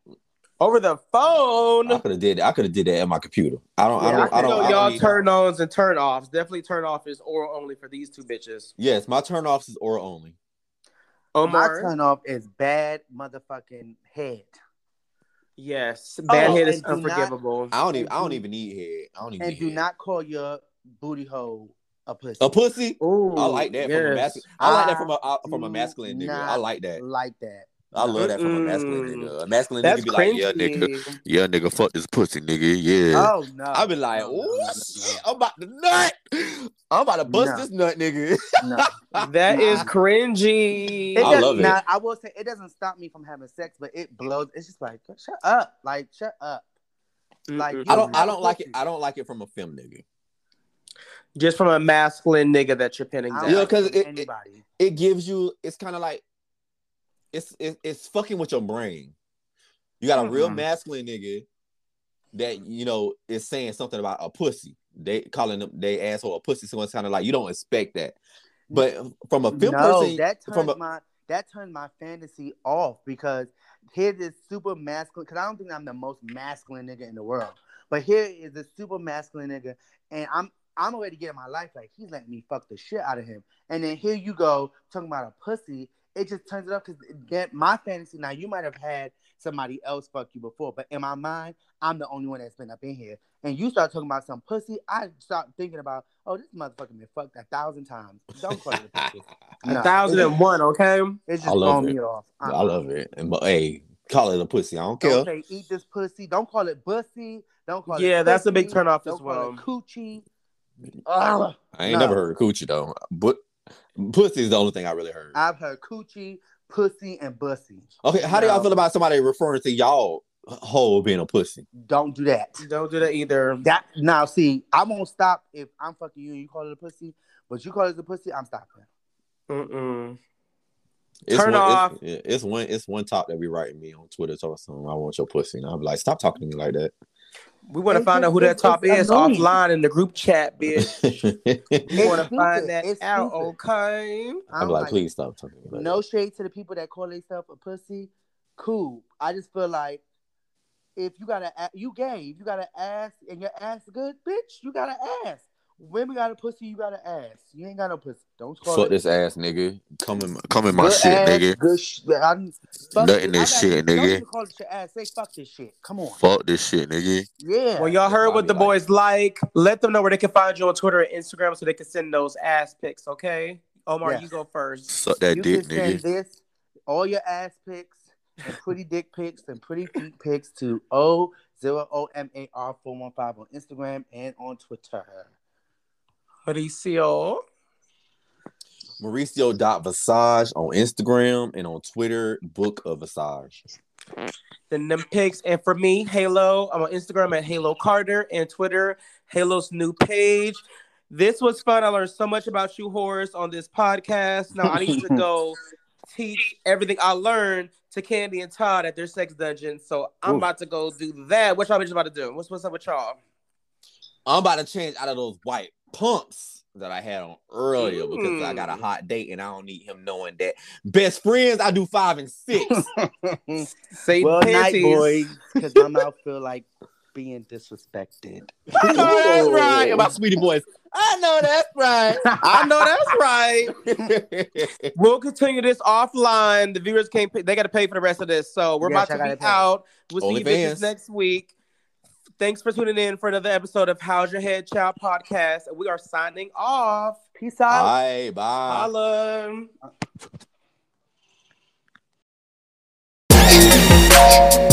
Speaker 1: Over the phone.
Speaker 2: I could have did. I could have did that at my computer. I don't. I
Speaker 3: Yeah,
Speaker 2: don't.
Speaker 3: I
Speaker 2: I
Speaker 1: You
Speaker 2: don't.
Speaker 1: know
Speaker 2: I don't
Speaker 1: y'all
Speaker 2: need-
Speaker 1: turn ons and turn offs. Definitely turn off is oral only for these two bitches.
Speaker 2: Yes, my turn offs is oral only.
Speaker 1: Omar,
Speaker 3: My turn off is bad motherfucking head.
Speaker 1: yes, bad
Speaker 3: Oh,
Speaker 1: head is
Speaker 3: and do not-
Speaker 1: unforgivable.
Speaker 2: I don't even.
Speaker 3: And
Speaker 2: I don't
Speaker 3: do-
Speaker 2: even need head. I don't even.
Speaker 3: Mm-hmm.
Speaker 2: need
Speaker 3: And do
Speaker 2: head.
Speaker 3: not call your booty hole a pussy.
Speaker 2: a pussy.
Speaker 1: Ooh,
Speaker 2: I like that from a
Speaker 1: yes.
Speaker 2: masculine. I like that
Speaker 3: I
Speaker 2: from a uh, from a
Speaker 3: do
Speaker 2: masculine nigga.
Speaker 3: not Mm,
Speaker 2: I like that.
Speaker 3: like that.
Speaker 2: I love that from a masculine
Speaker 1: Mm-mm.
Speaker 2: nigga. A masculine
Speaker 1: That's
Speaker 2: nigga be
Speaker 1: crazy.
Speaker 2: like, yeah, nigga, yeah, nigga, fuck this pussy, nigga, yeah.
Speaker 3: Oh no!
Speaker 2: I be like,
Speaker 3: No, no,
Speaker 2: oh
Speaker 3: no, no,
Speaker 2: shit, I'm about to nut. I'm about to bust
Speaker 3: No.
Speaker 2: this nut, nigga.
Speaker 3: No,
Speaker 1: That is
Speaker 3: Nah.
Speaker 1: cringy.
Speaker 3: It
Speaker 2: I
Speaker 3: does-
Speaker 2: love it.
Speaker 3: Now, I will say it doesn't stop me from having sex, but it blows. It's just like shut up, like shut up. like,
Speaker 1: Mm-mm.
Speaker 2: I don't.
Speaker 3: not
Speaker 2: I
Speaker 3: a
Speaker 2: don't like it.
Speaker 3: pussy.
Speaker 2: I don't like it from a fem nigga.
Speaker 1: just from a masculine nigga that you're pinning
Speaker 3: I
Speaker 1: down.
Speaker 3: don't
Speaker 2: Yeah,
Speaker 3: like
Speaker 2: 'cause
Speaker 3: it from
Speaker 2: it- it-
Speaker 3: anybody.
Speaker 2: It gives you. It's kind of like. It's it, it's fucking with your brain. You got a real
Speaker 3: Mhm.
Speaker 2: masculine nigga that you know is saying something about a pussy. They calling them they asshole a pussy. So it's kind of like you don't expect that. But from a fem
Speaker 3: no,
Speaker 2: person,
Speaker 3: that
Speaker 2: from
Speaker 3: turned
Speaker 2: a-
Speaker 3: my that turned my fantasy off because here this super masculine. Because I don't think I'm the most masculine nigga in the world, but here is this super masculine nigga, and I'm I'm already getting my life like he's letting me fuck the shit out of him, and then here you go talking about a pussy. It just turns it up because that my fantasy now. You might have had somebody else fuck you before, but in my mind, I'm the only one that's been up in here. And you start talking about some pussy, I start thinking about, oh, this motherfucker been fucked a thousand times. Don't call it a pussy.
Speaker 1: A
Speaker 3: No.
Speaker 1: thousand and one, okay?
Speaker 3: It's
Speaker 2: I
Speaker 3: just
Speaker 2: love
Speaker 3: throwing
Speaker 2: it.
Speaker 3: me off. Uh-uh.
Speaker 2: I love it. And but hey, call it a pussy. I don't
Speaker 3: Don't
Speaker 2: care.
Speaker 3: say eat this pussy. Don't call it bussy. Don't call it.
Speaker 1: Yeah, that's a big
Speaker 3: pussy.
Speaker 1: turnoff
Speaker 3: Don't
Speaker 1: as
Speaker 3: call
Speaker 1: well.
Speaker 3: it coochie. Ugh.
Speaker 2: I ain't
Speaker 3: No.
Speaker 2: never heard of coochie though. But pussy is the only thing I really heard.
Speaker 3: I've heard coochie, pussy, and bussy.
Speaker 2: okay, how do y'all
Speaker 1: No.
Speaker 2: feel about somebody referring to y'all whole being a pussy?
Speaker 3: Don't do that.
Speaker 1: Don't do that either.
Speaker 3: That now, see, I won't stop if I'm fucking you and you call it a pussy, but you call it a pussy, I'm stopping.
Speaker 1: Mm-mm.
Speaker 2: It's
Speaker 1: Turn
Speaker 2: one,
Speaker 1: off.
Speaker 2: It's, yeah, it's one. It's one top that be writing me on Twitter talking something. I want your pussy, and I'm like, stop talking to me like
Speaker 1: We want to
Speaker 3: It's
Speaker 1: find out
Speaker 3: just-
Speaker 1: who that
Speaker 3: it's-
Speaker 1: top
Speaker 3: it's
Speaker 1: is
Speaker 3: annoying.
Speaker 1: offline in the group chat, bitch.
Speaker 2: that.
Speaker 1: We
Speaker 3: It's
Speaker 1: want to
Speaker 3: stupid.
Speaker 1: find that
Speaker 3: It's
Speaker 1: out,
Speaker 3: stupid.
Speaker 1: okay?
Speaker 3: I
Speaker 2: I'm
Speaker 3: don't
Speaker 2: like,
Speaker 3: like
Speaker 2: please stop talking to me like
Speaker 3: no shade to the people that call themselves a pussy. Cool. I just feel like if you got a a- you gay, if you got an ass and your ass good, bitch, you got an ass. Women got a pussy, you got an ass. You ain't got no pussy. Don't
Speaker 2: that.
Speaker 3: call
Speaker 2: Fuck
Speaker 3: it
Speaker 2: this ass, nigga. Come in, come in my
Speaker 3: good
Speaker 2: shit,
Speaker 3: ass,
Speaker 2: nigga.
Speaker 3: Good sh- I'm, fuck
Speaker 2: Nothing
Speaker 3: this-
Speaker 2: this
Speaker 3: I got-
Speaker 2: shit,
Speaker 3: Don't
Speaker 2: nigga.
Speaker 3: even call it your ass. Say fuck this shit. Come on.
Speaker 2: Fuck this shit, nigga.
Speaker 3: Yeah.
Speaker 1: Well, y'all
Speaker 2: That's
Speaker 1: heard
Speaker 2: what I
Speaker 1: what
Speaker 2: be
Speaker 1: the
Speaker 2: like.
Speaker 1: boys like. Let them know where they can find you on Twitter and Instagram so they can send those ass pics, okay? Omar,
Speaker 3: Yeah.
Speaker 1: you go first.
Speaker 2: Suck that
Speaker 3: you
Speaker 2: dick,
Speaker 3: can send
Speaker 2: nigga.
Speaker 3: this, all your ass pics and pretty dick pics and pretty feet pics to O zero O M A R four one five on Instagram and on Twitter.
Speaker 1: Mauricio.
Speaker 2: Mauricio.Visage on Instagram and on Twitter, Book of Visage.
Speaker 1: Send them pics. And for me, Halo, I'm on Instagram at Halo Carter and Twitter, Halo's new page. This was fun. I learned so much about you whores on this podcast. Now I need to go teach everything I learned to Candy and Todd at their sex dungeon. So I'm
Speaker 3: Ooh.
Speaker 1: about to go do that. What y'all bitches about to do? What's what's up with y'all?
Speaker 2: I'm about to change out of those white pumps that I had on earlier because I got a
Speaker 1: Mm.
Speaker 2: hot date and I don't need him knowing that. Best friends, I do five and six.
Speaker 1: Say
Speaker 3: well, night,
Speaker 1: panties.
Speaker 3: boys, because my mouth feel like being disrespected.
Speaker 2: I know that's right about Sweetie Boys. I know that's right.
Speaker 1: I know that's right. We'll continue this offline. The viewers can't pay, they got to pay for the rest of this. So we're
Speaker 3: Yes,
Speaker 1: about
Speaker 3: I
Speaker 1: to
Speaker 3: gotta
Speaker 1: be
Speaker 3: pay.
Speaker 1: out. We'll see you
Speaker 2: OnlyFans.
Speaker 1: bitches next week. Thanks for tuning in for another episode of How's Your Head Child podcast. We are signing off.
Speaker 3: Peace out.
Speaker 2: Bye, bye.
Speaker 1: Holla.
Speaker 2: Bye.